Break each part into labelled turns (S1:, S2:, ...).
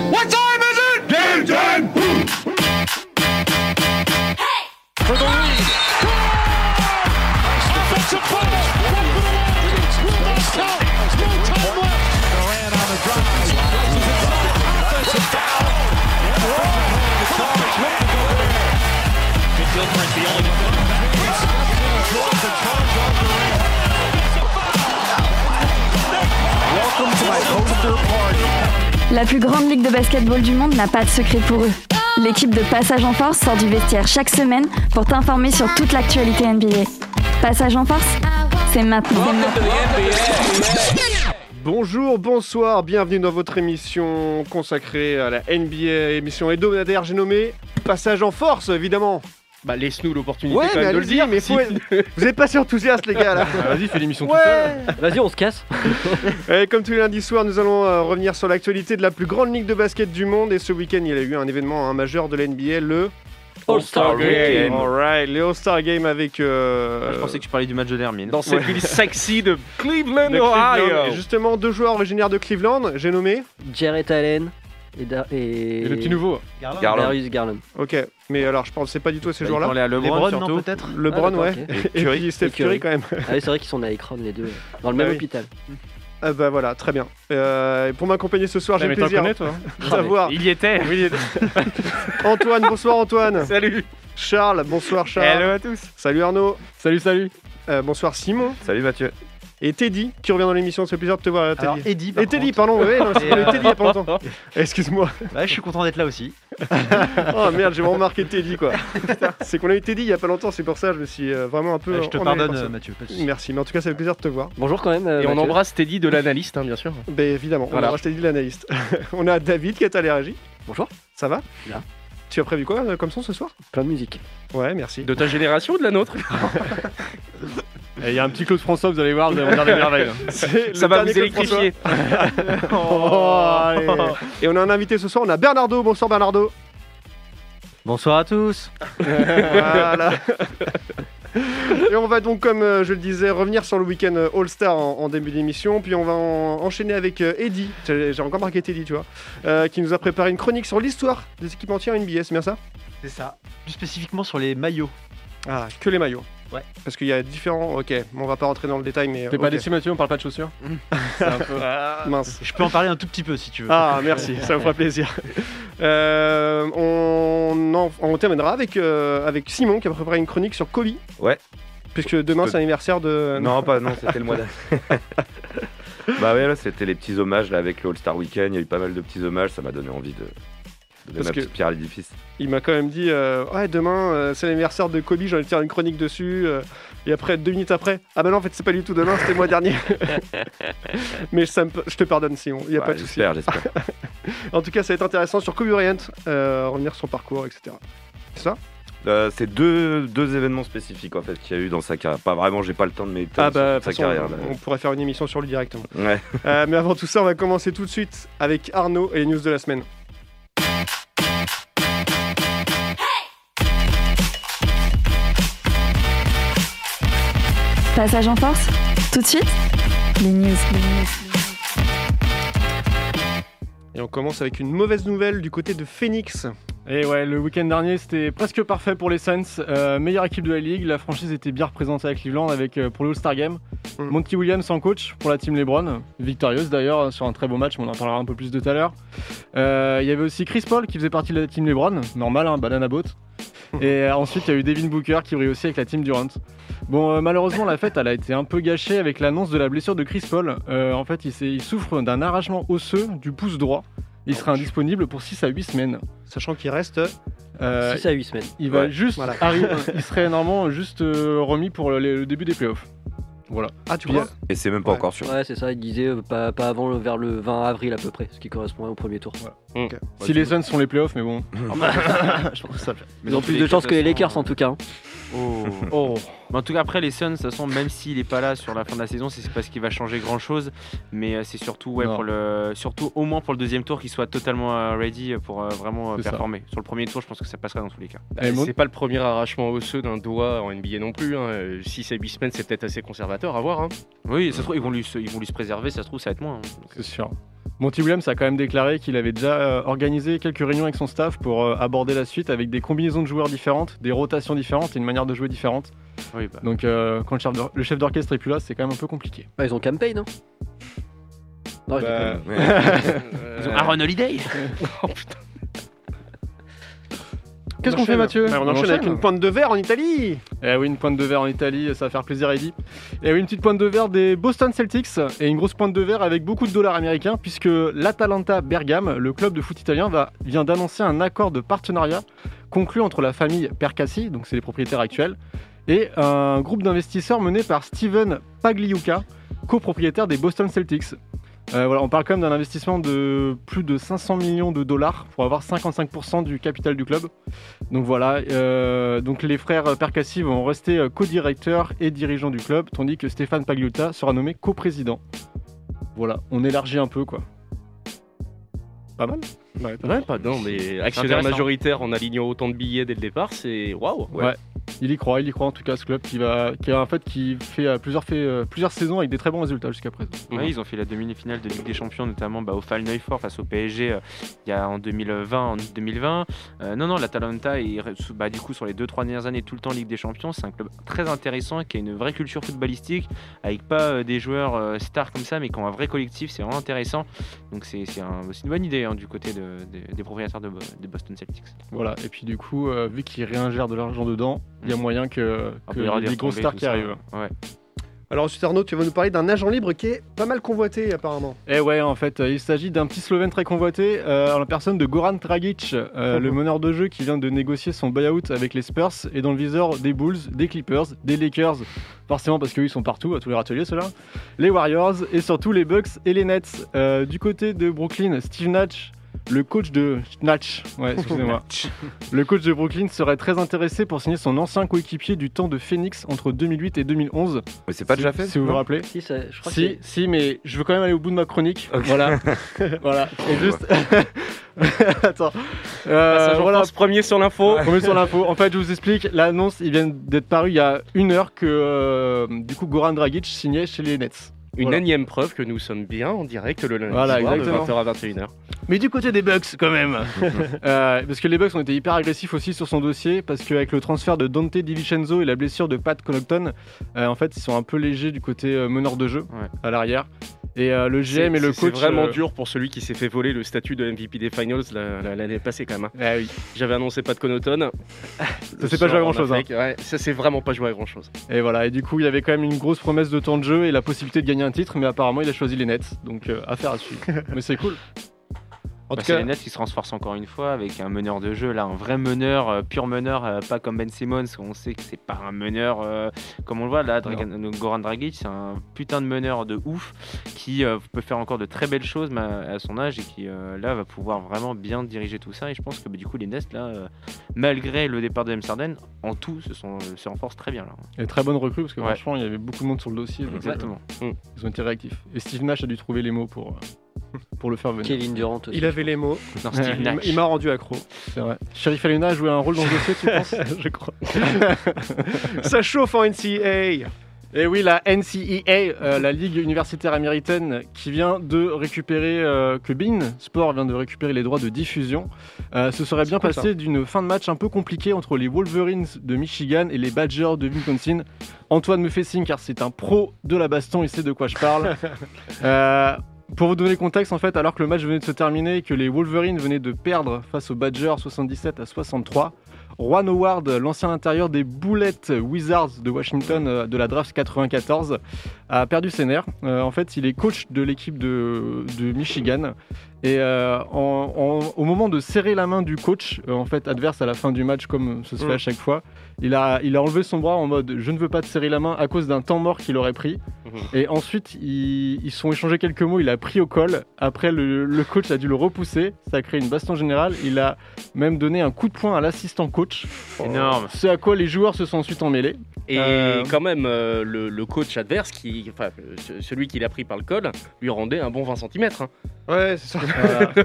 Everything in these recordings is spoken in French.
S1: What time is it? Game time.
S2: for the lead.
S3: Offensive foul. Right for the Warriors. Will not count. No time left.
S4: Durant on the drive.
S3: Gilchrist, the only one.
S5: La plus grande ligue de basketball du monde n'a pas de secret pour eux. L'équipe de Passage en Force sort du vestiaire chaque semaine pour t'informer sur toute l'actualité NBA. Passage en Force, c'est maintenant.
S6: Bonjour, bonsoir, bienvenue dans votre émission consacrée à la NBA, émission hebdomadaire, j'ai nommé Passage en force, évidemment.
S7: Bah laisse-nous l'opportunité
S6: Ouais,
S7: quand
S6: mais
S7: même de le
S6: allez-y,
S7: dire.
S6: mais
S7: si-
S6: faut être- vous êtes pas si enthousiaste, les gars, là.
S8: Vas-y, fais l'émission tout seul.
S6: Ouais.
S7: Vas-y, on se casse.
S6: Et comme tous les lundis soirs, nous allons euh, revenir sur l'actualité de la plus grande ligue de basket du monde. Et ce week-end, il y a eu un événement hein, majeur de la NBA, le
S7: All-Star Game.
S6: Alright, le All-Star Game avec. euh,
S8: Ah, Je pensais que tu parlais du match de l'Hermine.
S7: Dans cette ville sexy de Cleveland,
S6: de Cleveland. Et
S7: Ohio.
S6: justement, deux joueurs originaires de Cleveland, j'ai nommé.
S2: Jarrett Allen et, Dar- et...
S8: Et le petit nouveau. Garland. Bah,
S2: Darius Garland.
S6: Ok, mais alors je pensais pas du tout à ces
S8: Il
S6: joueurs-là.
S8: parlait à LeBron
S4: Lebron, non,
S8: surtout.
S4: peut-être
S6: LeBron,
S2: Ah, d'accord,
S6: ouais.
S2: ok.
S6: Et
S8: Curry.
S6: puis Steph
S2: Et Curry.
S6: Curry quand même.
S2: Ah oui, c'est vrai qu'ils sont à Akron les deux, euh, dans le même
S6: oui.
S2: hôpital.
S6: Ah bah voilà, très bien. Euh, et pour m'accompagner ce soir, j'ai
S8: Bah, mais
S6: le
S8: t'en
S6: plaisir
S8: connais, toi
S2: Ah,
S6: d'avoir
S7: Il y était.
S6: Antoine. Bonsoir Antoine.
S7: Salut.
S6: Charles, bonsoir Charles.
S7: Hello à tous.
S6: Salut Arnaud.
S8: Salut, salut.
S6: Euh, bonsoir Simon.
S8: Salut Mathieu.
S6: Et Teddy qui revient dans l'émission. C'est le plaisir de te voir hein,
S4: Alors,
S6: Teddy.
S4: Eddie, par
S6: Et Teddy,
S4: contre.
S6: pardon. Ouais, non, c'est
S4: Et, euh,
S6: Teddy il y a pas longtemps. Excuse-moi.
S4: Ouais, je suis content d'être là aussi.
S6: Oh merde, j'ai vraiment marqué Teddy quoi. C'est qu'on a eu Teddy il y a pas longtemps, c'est pour ça que je me suis euh, vraiment un peu.
S4: Euh, je te
S6: emmêlé
S4: pardonne,
S6: par ça.
S4: euh, Mathieu. pas de soucis.
S6: Merci, mais en tout cas, c'est le plaisir de te voir.
S2: Bonjour quand même. euh,
S7: Et on
S2: Mathieu.
S7: embrasse Teddy de l'analyste, hein, bien sûr.
S6: Ben évidemment,
S7: Voilà.
S6: on a Teddy l'analyste. on a David qui est à la régie.
S2: Bonjour.
S6: Ça va
S2: Bien.
S6: Tu as prévu quoi euh, comme son ce soir
S2: Plein de musique.
S6: Ouais, merci.
S7: De ta génération ou de la nôtre
S8: Eh, Il y a un petit Claude François, vous allez voir, vous allez voir des merveilles. hein.
S6: C'est
S7: Ça
S6: le
S7: va
S6: dernier
S7: vous
S6: Claude François.
S7: électrifier.
S6: Oh, allez. Et on a un invité ce soir, on a Bernardo. Bonsoir Bernardo.
S4: Bonsoir à tous.
S6: Voilà. Et on va donc, comme euh, je le disais, revenir sur le week-end euh, All-Star en, en début d'émission. Puis on va en- enchaîner avec euh, Eddy. J'ai j'ai encore marqué Teddy, tu vois. euh, qui nous a préparé une chronique sur l'histoire des équipes entières NBA, c'est bien ça
S4: C'est ça. Plus spécifiquement sur les maillots.
S6: Ah, que les maillots.
S4: Ouais.
S6: Parce qu'il y a différents. Ok, on va pas rentrer dans le détail, mais.
S8: T'es pas
S6: ok.
S8: déçu, Mathieu, on parle pas de chaussures
S6: Mince.
S4: Ah. Je peux en parler un tout petit peu si tu veux.
S6: Ah, merci, ça me fera plaisir. Euh, on, en- on terminera avec, euh, avec Simon qui a préparé une chronique sur Kobe.
S9: Ouais.
S6: Puisque demain c'est l'anniversaire de.
S9: Non, pas, non, c'était le mois d'avril. bah ouais, là, c'était les petits hommages là, avec le All-Star Weekend. Il y a eu pas mal de petits hommages. Ça m'a donné envie de donner
S6: Parce
S9: ma
S6: que-
S9: petite pierre à l'édifice.
S6: Il m'a quand même dit euh, Ouais, demain euh, c'est l'anniversaire de Kobe, j'ai envie de faire une chronique dessus. euh, et après, deux minutes après, Ah bah non, en fait, c'est pas du tout demain, c'était le mois dernier. Mais ça me- je te pardonne, Simon, il n'y a
S9: Ouais,
S6: pas de souci.
S9: J'espère, j'espère.
S6: En tout cas, ça va être intéressant sur Kobe Bryant, euh, revenir sur son parcours, etc. C'est ça
S9: Euh, c'est deux, deux événements spécifiques en fait qu'il y a eu dans sa carrière. Pas vraiment, j'ai pas le temps de m'étaler
S6: Ah bah,
S9: sur toute sa
S6: de toute façon,
S9: carrière. là.
S6: on, on pourrait faire une émission sur lui directement.
S9: Ouais.
S6: Euh, mais avant tout ça, on va commencer tout de suite avec Arnaud et les news de la semaine.
S5: Passage en Force, tout de suite, les news.
S6: Et on commence avec une mauvaise nouvelle du côté de Phoenix.
S8: Et ouais, le week-end dernier, c'était presque parfait pour les Suns. Euh, meilleure équipe de la ligue, la franchise était bien représentée à Cleveland avec euh, pour le All-Star Game.
S6: Mm.
S8: Monty Williams en coach pour la team LeBron, victorieuse d'ailleurs sur un très beau match, mais on en parlera un peu plus de tout à l'heure. Euh, Il y avait aussi Chris Paul qui faisait partie de la team LeBron, normal, hein, banana boat. Et euh, ensuite, il y a eu Devin Booker qui brille aussi avec la team Durant. Bon, euh, malheureusement, la fête, elle a été un peu gâchée avec l'annonce de la blessure de Chris Paul. Euh, en fait, il, s'est- il souffre d'un arrachement osseux du pouce droit. Il sera indisponible pour 6 à 8 semaines.
S6: Sachant qu'il reste.
S8: Euh,
S2: 6 à 8 semaines.
S8: il va
S9: Ouais,
S8: juste
S6: voilà.
S8: arriver- il serait normalement juste euh, remis pour le, le début des playoffs. Voilà.
S6: Ah, tu
S8: Puis,
S6: crois
S9: Et c'est même pas
S6: Ouais.
S9: encore sûr.
S2: Ouais, c'est ça, il disait euh, pas, pas avant le- vers le 20 avril à peu près, ce qui correspondrait au premier tour.
S8: euh, Si les Suns sont les playoffs, mais bon.
S4: je pense que ça.
S2: Ils ont plus de chances que les Lakers en tout cas. hein.
S8: Oh.
S10: Mais en tout cas, après, les Suns, de toute façon, même s'il n'est pas là sur la fin de la saison, c'est pas ce qui va changer grand chose. Mais euh, c'est surtout, ouais,
S8: Non.
S10: pour le, surtout au moins pour le deuxième tour, qu'il soit totalement euh, ready pour euh, vraiment euh,
S8: C'est ça.
S10: performer. Sur le premier tour, je pense que ça passera dans tous les cas.
S8: Et mon-
S7: C'est pas le premier arrachement osseux d'un doigt en NBA non plus. Hein. 6 à 8 semaines, c'est peut-être assez conservateur à voir. Hein.
S10: Oui, ça se trouve, ils vont, lui, se- ils vont lui se préserver, ça se trouve, ça va être moins. hein.
S8: C'est sûr. Monty Williams a quand même déclaré qu'il avait déjà euh, organisé quelques réunions avec son staff pour euh, aborder la suite avec des combinaisons de joueurs différentes, des rotations différentes et une manière de jouer différente.
S10: Oui, bah.
S8: Donc euh, quand le chef d'or- le chef d'orchestre est plus là, c'est quand même un peu compliqué.
S2: Ah, ils ont campaign, non Non, je
S8: Bah,
S2: déconne.
S7: Euh,
S10: Aaron Holiday
S7: Oh,
S8: Qu'est-ce qu'on fait
S6: enchaîne.
S8: Mathieu
S6: Ouais, on enchaîne avec une pointe de verre en Italie.
S8: Eh oui, une pointe de verre en Italie, ça va faire plaisir à Eddie. Et oui, une petite pointe de verre des Boston Celtics et une grosse pointe de verre avec beaucoup de dollars américains puisque l'Atalanta Bergame, le club de foot italien, va, vient d'annoncer un accord de partenariat conclu entre la famille Percassi, donc c'est les propriétaires actuels, et un groupe d'investisseurs mené par Steven Pagliuca, copropriétaire des Boston Celtics. Euh, voilà, on parle quand même d'un investissement de plus de 500 millions de dollars pour avoir 55% du capital du club. Donc voilà, euh, donc les frères Percassi vont rester euh, co-directeurs et dirigeants du club, tandis que Stéphane Pagliuta sera nommé coprésident. Voilà, on élargit un peu quoi. Pas mal
S7: Ouais, pas non, mais actionnaire
S10: intéressant.
S7: majoritaire en alignant autant de billets dès le départ, c'est waouh!
S8: Ouais. Il y croit, il y croit en tout cas ce club qui va, qui a, en fait qui fait euh, plusieurs, fait, euh, plusieurs saisons avec des très bons résultats jusqu'à présent.
S10: Ouais, ils ont fait la demi-finale de Ligue des Champions, notamment bah, au Fall Neufor face au PSG euh, il y a en 2020. En 2020. Euh, non, non, l'Atalanta, est re- sous- bah, du coup, sur les deux trois dernières années, tout le temps Ligue des Champions, c'est un club très intéressant qui a une vraie culture footballistique, avec pas euh, des joueurs euh, stars comme ça, mais qui ont un vrai collectif, c'est vraiment intéressant. Donc c'est c'est un- c'est une bonne idée hein, du côté de- de- des propriétaires de, Bo- de Boston Celtics.
S8: Voilà, et puis du coup, euh, vu qu'ils réingèrent de l'argent dedans, il y a moyen que,
S10: Ah,
S8: que
S10: il y aura
S8: des grosses
S10: retombées,
S8: stars
S10: tout
S8: qui
S10: ça.
S8: arrivent.
S10: Ouais.
S6: Alors ensuite Arnaud, tu vas nous parler d'un agent libre qui est pas mal convoité apparemment.
S8: Eh ouais, en fait, euh, il s'agit d'un petit Slovène très convoité, euh, en la personne de Goran Dragic,
S2: Oh.
S8: euh, le meneur de jeu qui vient de négocier son buyout avec les Spurs et dans le viseur des Bulls, des Clippers, des Lakers, forcément parce qu'ils sont partout, à tous les râteliers ceux-là, les Warriors et surtout les Bucks et les Nets. Euh, du côté de Brooklyn, Steve Nash, le coach de Natch, ouais, excusez-moi. le coach de Brooklyn serait très intéressé pour signer son ancien coéquipier du temps de Phoenix entre 2008 et 2011.
S9: Mais c'est pas
S8: Si-
S9: déjà fait
S8: Si vous vous
S9: non
S8: rappelez.
S2: Si, ça- je crois que
S8: Si,
S2: c'est-
S8: si, mais je veux quand même aller au bout de ma chronique.
S9: Ok.
S8: Voilà. voilà. Et juste. Attends. Euh,
S7: Passage en
S8: voilà.
S7: force, premier sur l'info.
S8: On met sur l'info. En fait, je vous explique. L'annonce, il vient d'être paru il y a une heure que euh, du coup Goran Dragic signait chez les Nets.
S7: Une
S8: Voilà.
S7: énième preuve que nous sommes bien en direct le lundi
S8: Voilà,
S7: soir
S8: exactement.
S7: de 20h à 21h.
S8: Mais du côté des Bucks, quand même. Euh, parce que les Bucks ont été hyper agressifs aussi sur son dossier, parce qu'avec le transfert de Dante DiVincenzo et la blessure de Pat Connaughton, euh, en fait, ils sont un peu légers du côté euh, meneur de jeu
S10: Ouais.
S8: à l'arrière. Et euh, le GM et le
S7: C'est
S8: coach.
S7: vraiment
S8: euh,
S7: dur pour celui qui s'est fait voler le statut de MVP des Finals la- la- l'année passée quand même. hein.
S8: Ah oui.
S7: J'avais annoncé pas de Connaughton.
S8: s'est pas joué à grand-chose,
S7: ça s'est vraiment pas joué à grand chose.
S8: Et voilà, et du coup, il avait quand même une grosse promesse de temps de jeu et la possibilité de gagner un titre, mais apparemment, il a choisi les Nets. Donc, euh, affaire à suivre. mais c'est cool. En
S10: Bah,
S8: tout
S10: c'est
S8: cas,
S10: les Nets qui se renforcent encore une fois avec un meneur de jeu, là, un vrai meneur, euh, pur meneur, euh, pas comme Ben Simmons, on sait que c'est pas un meneur euh, comme on le voit là. Dragan- euh, Goran Dragic, c'est un putain de meneur de ouf qui euh, peut faire encore de très belles choses mais à à son âge et qui euh, là va pouvoir vraiment bien diriger tout ça. Et je pense que bah, du coup, les Nets, là, euh, malgré le départ de Amsterdam, en tout se, sont, euh, se renforcent très bien là.
S8: et très bonne recrue parce que
S10: Ouais.
S8: franchement, il y avait beaucoup de monde sur le dossier. donc,
S10: Exactement.
S8: euh, ils ont été réactifs. Et Steve Nash a dû trouver les mots pour, euh, pour le faire venir.
S2: Kevin Durant aussi.
S6: Il avait les mots.
S10: Non,
S8: Ouais,
S10: Steve
S8: il-
S10: Nash.
S6: Il m'a rendu accro.
S8: C'est vrai. Sheriff Aluna a joué un rôle dans le dossier, tu penses Je crois.
S6: Ça chauffe en NCA.
S8: Et Eh oui, la NCEA, euh, la Ligue universitaire américaine, qui vient de récupérer, euh, que Bein Sport vient de récupérer les droits de diffusion. Euh, ce serait bien
S6: cool,
S8: passé d'une fin de match un peu compliquée entre les Wolverines de Michigan et les Badgers de Wisconsin. Antoine me fait signe car c'est un pro de la baston, il sait de quoi je parle. Euh, pour vous donner le contexte, en fait, alors que le match venait de se terminer et que les Wolverines venaient de perdre face aux Badgers 77 à 63, Juan Howard, l'ancien intérieur des Bullets Wizards de Washington euh, de la draft 94, a perdu ses nerfs. Euh, en fait, il est coach de l'équipe de, de Michigan Et euh, en- en- au moment de serrer la main du coach, euh, en fait, adverse à la fin du match, comme ce se fait
S6: Mm.
S8: à chaque fois, il a, il a enlevé son bras en mode je ne veux pas te serrer la main à cause d'un temps mort qu'il aurait pris. Et ensuite, ils ils se sont échangés quelques mots, il a pris au col. Après, le, le coach a dû le repousser. Ça a créé une baston générale. Il a même donné un coup de poing à l'assistant coach.
S7: Énorme.
S8: Ce à quoi les joueurs se sont ensuite emmêlés.
S7: Et
S8: Euh,
S7: quand même, euh, le, le coach adverse, qui, enfin, euh, ce- celui qui l'a pris par le col, lui rendait un bon hein. 20 cm.
S6: Ouais, c'est ça.
S8: Euh,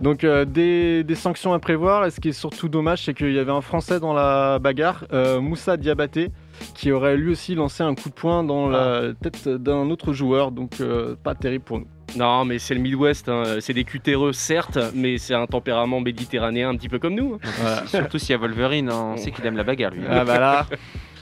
S8: Donc euh, des, des sanctions à prévoir. Et ce qui est surtout dommage, c'est qu'il y avait un Français dans la bagarre, euh, Moussa Diabaté, qui aurait lui aussi lancé un coup de poing dans la tête d'un autre joueur. Donc euh, pas terrible pour nous.
S7: Non, mais c'est le Midwest, hein. c'est des cutéreux, certes, mais c'est un tempérament méditerranéen un petit peu comme nous. hein.
S10: Surtout s'il y a Wolverine, hein. on sait qu'il aime la bagarre lui.
S8: Ah bah là.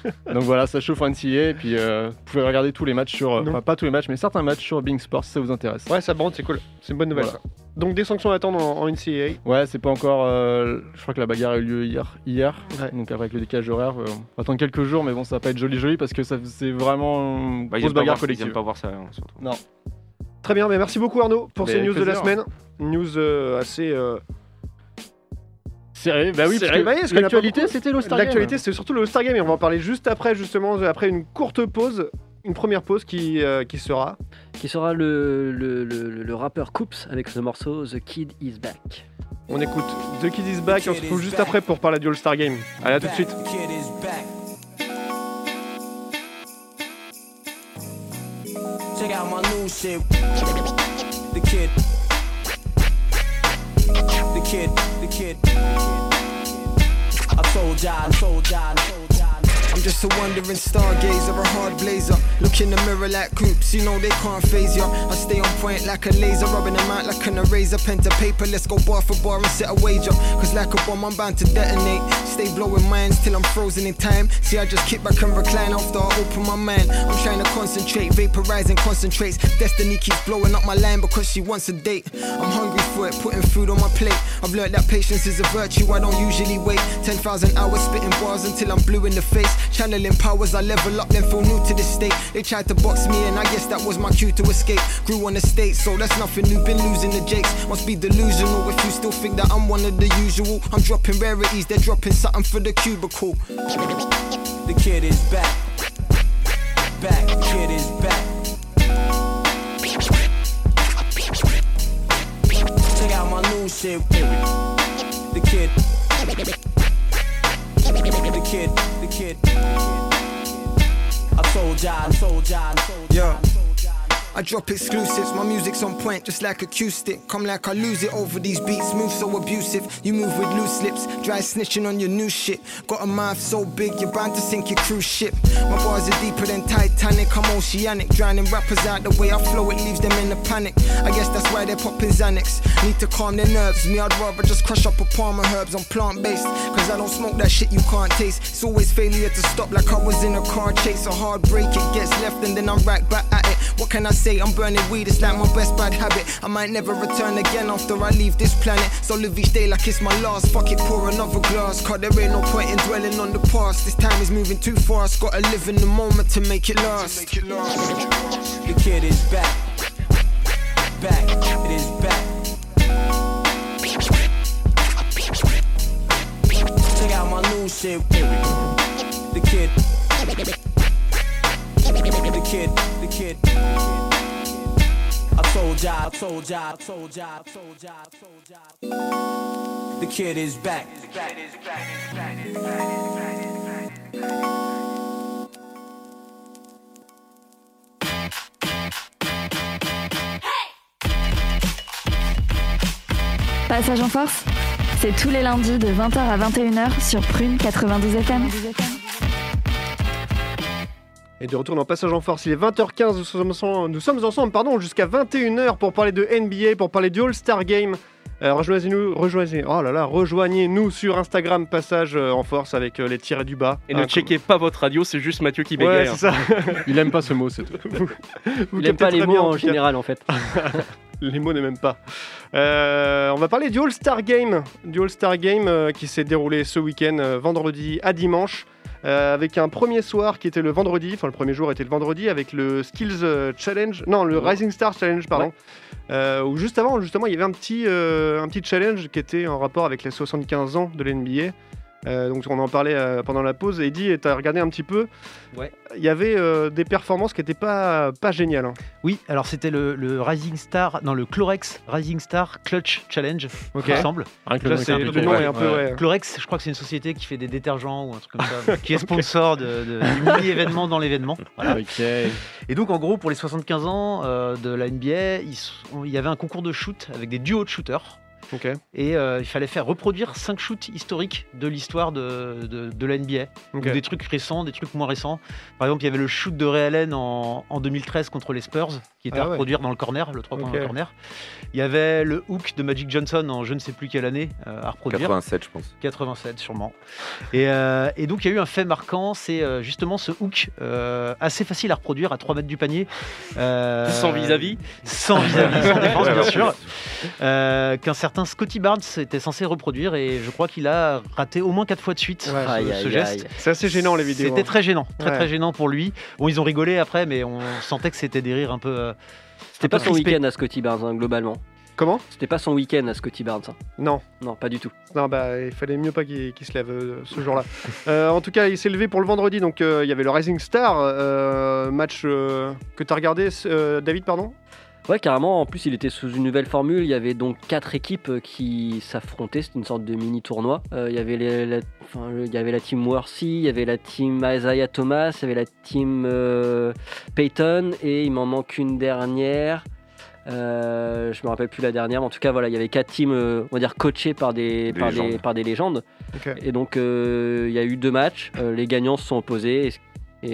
S8: Donc voilà, ça chauffe NCA et puis euh, vous pouvez regarder tous les matchs sur,
S6: Non.
S8: enfin pas tous les matchs, mais certains matchs sur Bing Sports si ça vous intéresse.
S6: Ouais, ça brande, c'est cool. C'est une bonne nouvelle.
S8: Voilà.
S6: ça. Donc des sanctions à attendre en, en NCAA.
S8: Ouais, c'est pas encore. euh, je crois que la bagarre a eu lieu hier. hier. Donc après avec le décalage horaire, euh, on va attendre quelques jours, mais bon, ça va pas être joli joli parce que ça c'est vraiment une
S10: Bah, ils
S8: grosse
S10: aiment pas
S8: bagarre
S10: voir- ils aiment
S8: collective.
S10: pas voir ça. hein, surtout.
S8: Non.
S6: Très bien, mais merci beaucoup Arnaud pour
S8: Mais
S6: ces news
S8: avec
S6: de la
S8: plaisir. hein.
S6: semaine. News euh, assez. euh,
S8: Sérieux Bah oui, parce
S6: serrée. Bah oui, parce
S8: que
S6: qu'il y en a pas
S8: l'actualité
S6: beaucoup.
S8: c'était l'Ostar
S6: L'actualité, c'est surtout le Star Game et on va en parler juste après, justement, après une courte pause. Une première pause qui, euh, qui sera.
S2: Qui sera le, le, le, le- le rappeur Coops avec ce morceau The Kid Is Back.
S6: On écoute The Kid is Back et on se retrouve juste après pour parler du All-Star Game. Allez, à tout de suite.
S11: Check out my new shit. The kid. The kid. The kid. I told y'all, I told y'all, I told
S12: I'm just a wandering stargazer, a hard blazer. Look in the mirror like coops, you know they can't phase ya. I stay on point like a laser, rubbing them out like an eraser. Pen to paper, let's go bar for bar and set a wager. Cause like a bomb, I'm bound to detonate. Stay blowing minds till I'm frozen in time. See, I just kick back and recline after I open my mind. I'm trying to concentrate, vaporize and concentrates. Destiny keeps blowing up my line because she wants a date. I'm hungry for it, putting food on my plate. I've learned that patience is a virtue, I don't usually wait. 10,000 hours spitting bars until I'm blue in the face. Channeling powers, I level up, then feel new to this state. They tried to box me, and I guess that was my cue to escape. Grew on the state, so that's nothing new. Been losing the jakes. Must be delusional if you still think that I'm one of the usual. I'm dropping rarities, they're dropping something for the cubicle.
S11: The kid is back. Back, kid is back. Check out my new shit. The kid. The kid, the kid. I told y'all, I told y'all, I told
S12: Yeah. I drop exclusives, my music's on point, just like acoustic. Come like I lose it over these beats, move so abusive. You move with loose lips, dry snitching on your new shit. Got a mouth so big, you're bound to sink your cruise ship. My bars are deeper than Titanic, I'm oceanic. Drowning rappers out the way I flow, it leaves them in a panic. I guess that's why they're popping Xanax. Need to calm their nerves, me I'd rather just crush up a palm of herbs, I'm plant based. Cause I don't smoke that shit you can't taste. It's always failure to stop, like I was in a car chase. A hard break, it gets left, and then I'm right back at it. What can I say? I'm burning weed, it's like my best bad habit. I might never return again after I leave this planet. So live each day like it's my last. Fuck it, pour another glass. Cause there ain't no point in dwelling on the past. This time is moving too fast. Gotta live in the moment to make it last.
S11: The kid is back. Back, it is back. Check out my new shit. The kid. The kid, the kid. I told y'all, I told y'all, I told y'all, I told y'all, I told y'all. The kid is back.
S5: Passage en force, c'est tous les lundis de 20h à 21h sur Prune 92 FM.
S6: Et de retour dans Passage en Force, il est 20h15, nous sommes ensemble, nous sommes ensemble, pardon, jusqu'à 21h pour parler de NBA, pour parler du All-Star Game. Euh, rejoignez-nous, rejoignez, oh là là, rejoignez-nous sur Instagram Passage euh, en Force avec euh, les tirés du bas.
S7: Et ne
S6: Hein,
S7: checkez pas votre radio, c'est juste Mathieu qui
S6: Ouais,
S7: bégaye. hein.
S6: c'est ça.
S8: Il aime pas ce mot, c'est tout.
S6: Vous
S2: Il aime
S6: captez
S2: pas les
S6: très
S2: mots hein,
S6: bien,
S2: en
S6: tout cas.
S2: général, en fait.
S6: les mots ne même pas. Euh, on va parler du All-Star Game, du All-Star Game euh, qui s'est déroulé ce week-end, euh, vendredi à dimanche. euh, avec un premier soir qui était le vendredi, enfin le premier jour était le vendredi, avec le Skills euh, Challenge, non le Rising Star Challenge, pardon, euh, où juste avant, justement, il y avait un petit, euh, un petit challenge qui était en rapport avec les 75 ans de l'NBA. Euh, donc on en parlait euh, pendant la pause, Eddie, tu as regardé un petit peu,
S4: Ouais.
S6: il y avait euh, des performances qui n'étaient pas, pas géniales. hein.
S4: Oui, alors c'était le, le Rising Star, non, le Clorex Rising Star Clutch Challenge,
S6: Ok.
S4: il me semble.
S6: Ah, Clorex,
S4: Ça, c'est
S6: c'est
S4: un
S6: le
S4: peu-
S6: nom est un peu, ouais.
S4: Clorex, je crois que c'est une société qui fait des détergents ou un truc comme ça, qui est sponsor de, de- du mini-événement dans l'événement. Voilà. Et donc, en gros, pour les 75 ans euh, de la NBA, ils sont- il y avait un concours de shoot avec des duos de shooters. Et euh, il fallait faire reproduire 5 shoots historiques de l'histoire de, de, de la NBA. Donc,
S6: Ok.
S4: des trucs récents, des trucs moins récents. Par exemple, il y avait le shoot de Ray Allen en, en 2013 contre les Spurs, qui était
S6: Ah
S4: à
S6: ouais.
S4: reproduire dans le corner, le 3 points dans
S6: Ok.
S4: le corner. Il y avait le hook de Magic Johnson en je ne sais plus quelle année euh, à reproduire.
S9: 87, je pense.
S4: 87 sûrement. Et, euh, et donc il y a eu un fait marquant, c'est euh, justement ce hook euh, assez facile à reproduire à 3 mètres du panier. euh,
S7: Sans vis-à-vis
S4: Sans vis-à-vis, sans défense
S7: Ouais,
S4: bien
S7: ouais, ouais.
S4: sûr. Euh, Qu'un certain Scotty Barnes était censé reproduire et je crois qu'il a raté au moins 4 fois de suite
S6: Ouais,
S4: ce-
S6: aïe,
S4: ce,
S6: aïe,
S4: geste.
S6: aïe. C'est assez gênant, les vidéos, hein.
S4: C'était très gênant, très
S6: Ouais.
S4: très gênant pour lui. Bon ils ont rigolé après mais on sentait que c'était des rires un peu... euh,
S2: C'était
S4: un peu
S2: pas son
S4: crispés.
S2: week-end à Scotty Barnes, hein, globalement.
S6: Comment
S2: C'était pas son week-end à Scotty Barnes. hein.
S6: Non.
S2: Non, pas du tout.
S6: Non, bah, il fallait mieux pas qu'il qu'il se lève euh, ce jour-là. Euh, en tout cas, il s'est levé pour le vendredi, donc euh, il y avait le Rising Star, euh, match euh, que tu as regardé, euh, David, pardon
S2: Ouais, carrément. En plus, il était sous une nouvelle formule. Il y avait donc quatre équipes euh, qui s'affrontaient. C'était une sorte de mini tournoi. Euh, il, y avait les- la, enfin, le- il y avait la team Worthy, il y avait la team Isaiah Thomas, il y avait la team euh, Payton et il m'en manque une dernière. Euh, je me rappelle plus la dernière, mais en tout cas voilà, il y avait quatre teams, euh, on va dire coachées par des,
S9: Des
S2: par, des,
S9: légendes.
S2: par des légendes.
S6: Ok.
S2: Et donc euh, il y a eu deux matchs, euh, les gagnants se sont opposés et,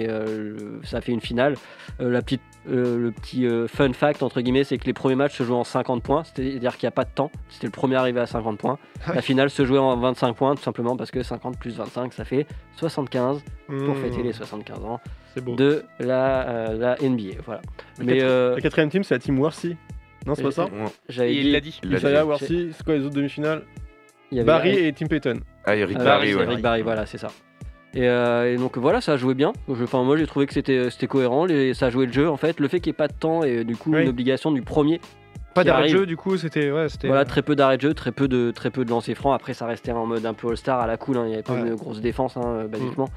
S2: et, euh, ça a fait une finale. Euh, la petite, euh, le petit euh, fun fact entre guillemets, c'est que les premiers matchs se jouaient en 50 points, c'est-à-dire qu'il n'y a pas de temps. C'était le premier arrivé à 50 points.
S6: Ah
S2: La finale se jouait en 25 points, tout simplement parce que 50 plus 25, ça fait 75 pour
S6: Mmh.
S2: fêter les 75 ans
S6: C'est beau.
S2: de la, euh, la NBA. Voilà.
S8: La
S2: Mais
S8: quatri-
S2: euh,
S8: La quatrième team, c'est la team Worthy. Non, c'est pas ça
S2: J'avais
S7: Il l'a dit.
S2: Il l'a
S8: Isaiah,
S2: dit.
S8: Worthy, c'est quoi les autres demi-finales
S2: Il y avait
S8: Barry
S2: Eric-
S8: et Tim Payton.
S9: Ah, Eric
S2: Euh,
S9: Barry, ouais.
S2: Eric Barry, voilà, c'est ça. Et, euh, et donc voilà, ça a joué bien. Je- Enfin, moi j'ai trouvé que c'était c'était cohérent, les- ça a joué le jeu en fait. Le fait qu'il n'y ait pas de temps et du coup
S6: Oui.
S2: une obligation du premier.
S6: Pas
S2: qui
S6: d'arrêt de
S2: arrive.
S6: jeu, du coup, euh. c'était. Ouais, c'était-
S2: Voilà, très peu d'arrêt de jeu, très peu de, très peu de lancers francs. Après, ça restait en mode un peu all-star à la cool. hein. Il n'y avait pas
S6: Ouais. Mm.
S2: une grosse défense, hein, euh, basiquement.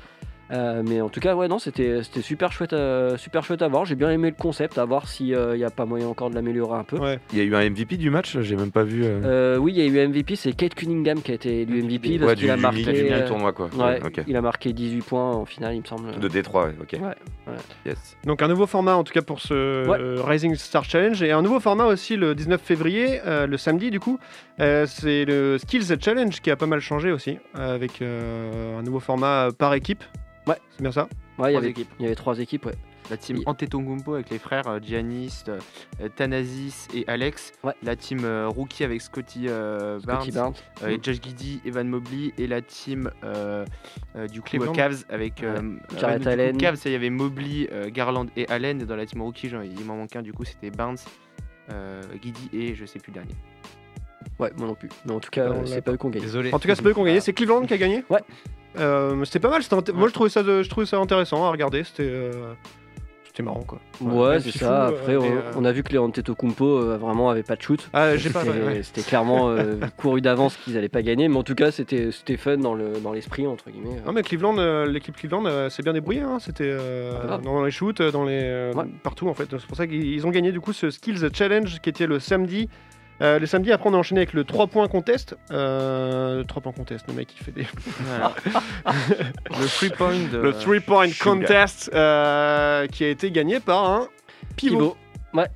S2: Euh, mais en tout cas, ouais, non, c'était c'était super chouette, à, super chouette à voir. J'ai bien aimé le concept, à voir s'il n'y a pas moyen encore de l'améliorer un peu.
S9: Il y a eu un MVP du match, j'ai même pas vu. euh.
S2: Euh, oui, il y a eu MVP, c'est Kate Cunningham qui a été élu MVP parce
S9: Ouais,
S2: qu'il
S9: du-
S2: a
S9: du mi-
S2: marqué
S9: du mi-
S2: euh,
S9: tournoi, quoi.
S2: ouais,
S9: Ouais, ok.
S2: Il a marqué 18 points en finale, il me semble.
S9: Euh, De Détroit, ouais, ok.
S2: Ouais, voilà.
S9: Yes.
S6: euh, Donc un nouveau format en tout cas pour ce euh, Rising Star Challenge et un nouveau format aussi le 19 février, euh, le samedi du coup, Euh, c'est le Skills Challenge qui a pas mal changé aussi euh, avec euh, un nouveau format euh, par équipe.
S2: Ouais,
S6: c'est bien ça.
S2: Ouais, il y,
S10: Trois
S2: avait,
S10: équipes.
S2: il y avait trois équipes, ouais.
S10: La team Antetokounmpo avec les frères euh, Giannis, euh, euh, Thanasis et Alex. La team euh, Rookie avec Scotty, euh,
S2: Scotty
S10: Barnes,
S2: Barnes.
S10: euh, et
S2: Mm.
S10: Josh Giddy, Evan Mobley et la team euh, euh, du coup,
S2: Cleveland.
S10: euh, Cavs avec euh,
S2: Ouais.
S10: euh,
S2: Jarrett
S10: du coup,
S2: Allen.
S10: Cavs, il y avait Mobley, euh, Garland et Allen. Et Dans la team Rookie, genre, il m'en manque un du coup, c'était Barnes, euh, Giddy et je sais plus le dernier.
S2: Ouais, moi non plus. Mais en tout cas,
S10: Non,
S6: Bah,
S2: euh,
S10: on l'a
S2: c'est pas eux qui ont gagné.
S10: Désolé.
S6: En tout cas, c'est pas eux qui ont gagné, c'est Cleveland qui a gagné. Euh,
S2: Ouais.
S6: c'était pas mal, c'était inté- moi je trouvais ça de- je trouvais ça intéressant à regarder, c'était euh, c'était marrant quoi.
S2: Ouais,
S6: Même
S2: c'est
S6: si
S2: ça.
S6: fou, euh,
S2: Après,
S6: mais,
S2: on,
S6: euh,
S2: on a vu que les Antetokounmpo euh, vraiment avait pas de shoot.
S6: Ah, j'ai pas-
S2: C'était-
S6: ouais, ouais.
S2: C'était clairement euh, couru d'avance qu'ils allaient pas gagner. Mais en tout cas, c'était c'était fun dans le dans l'esprit entre guillemets.
S6: Non mais Cleveland, euh, l'équipe Cleveland euh, s'est bien débrouillée, hein. c'était euh,
S2: Ah, grave.
S6: dans les shoots, euh, dans les euh, partout en fait. C'est pour ça qu'ils ont gagné du coup ce Skills Challenge qui était le samedi. Euh, le samedi après on a enchaîné avec le 3 points contest. Euh, 3 points contest, le mec il fait des...
S10: Voilà. Le three point de-
S6: Le 3 point
S10: Sugar.
S6: contest euh, qui a été gagné par un pivot.
S2: Pivot. Ouais.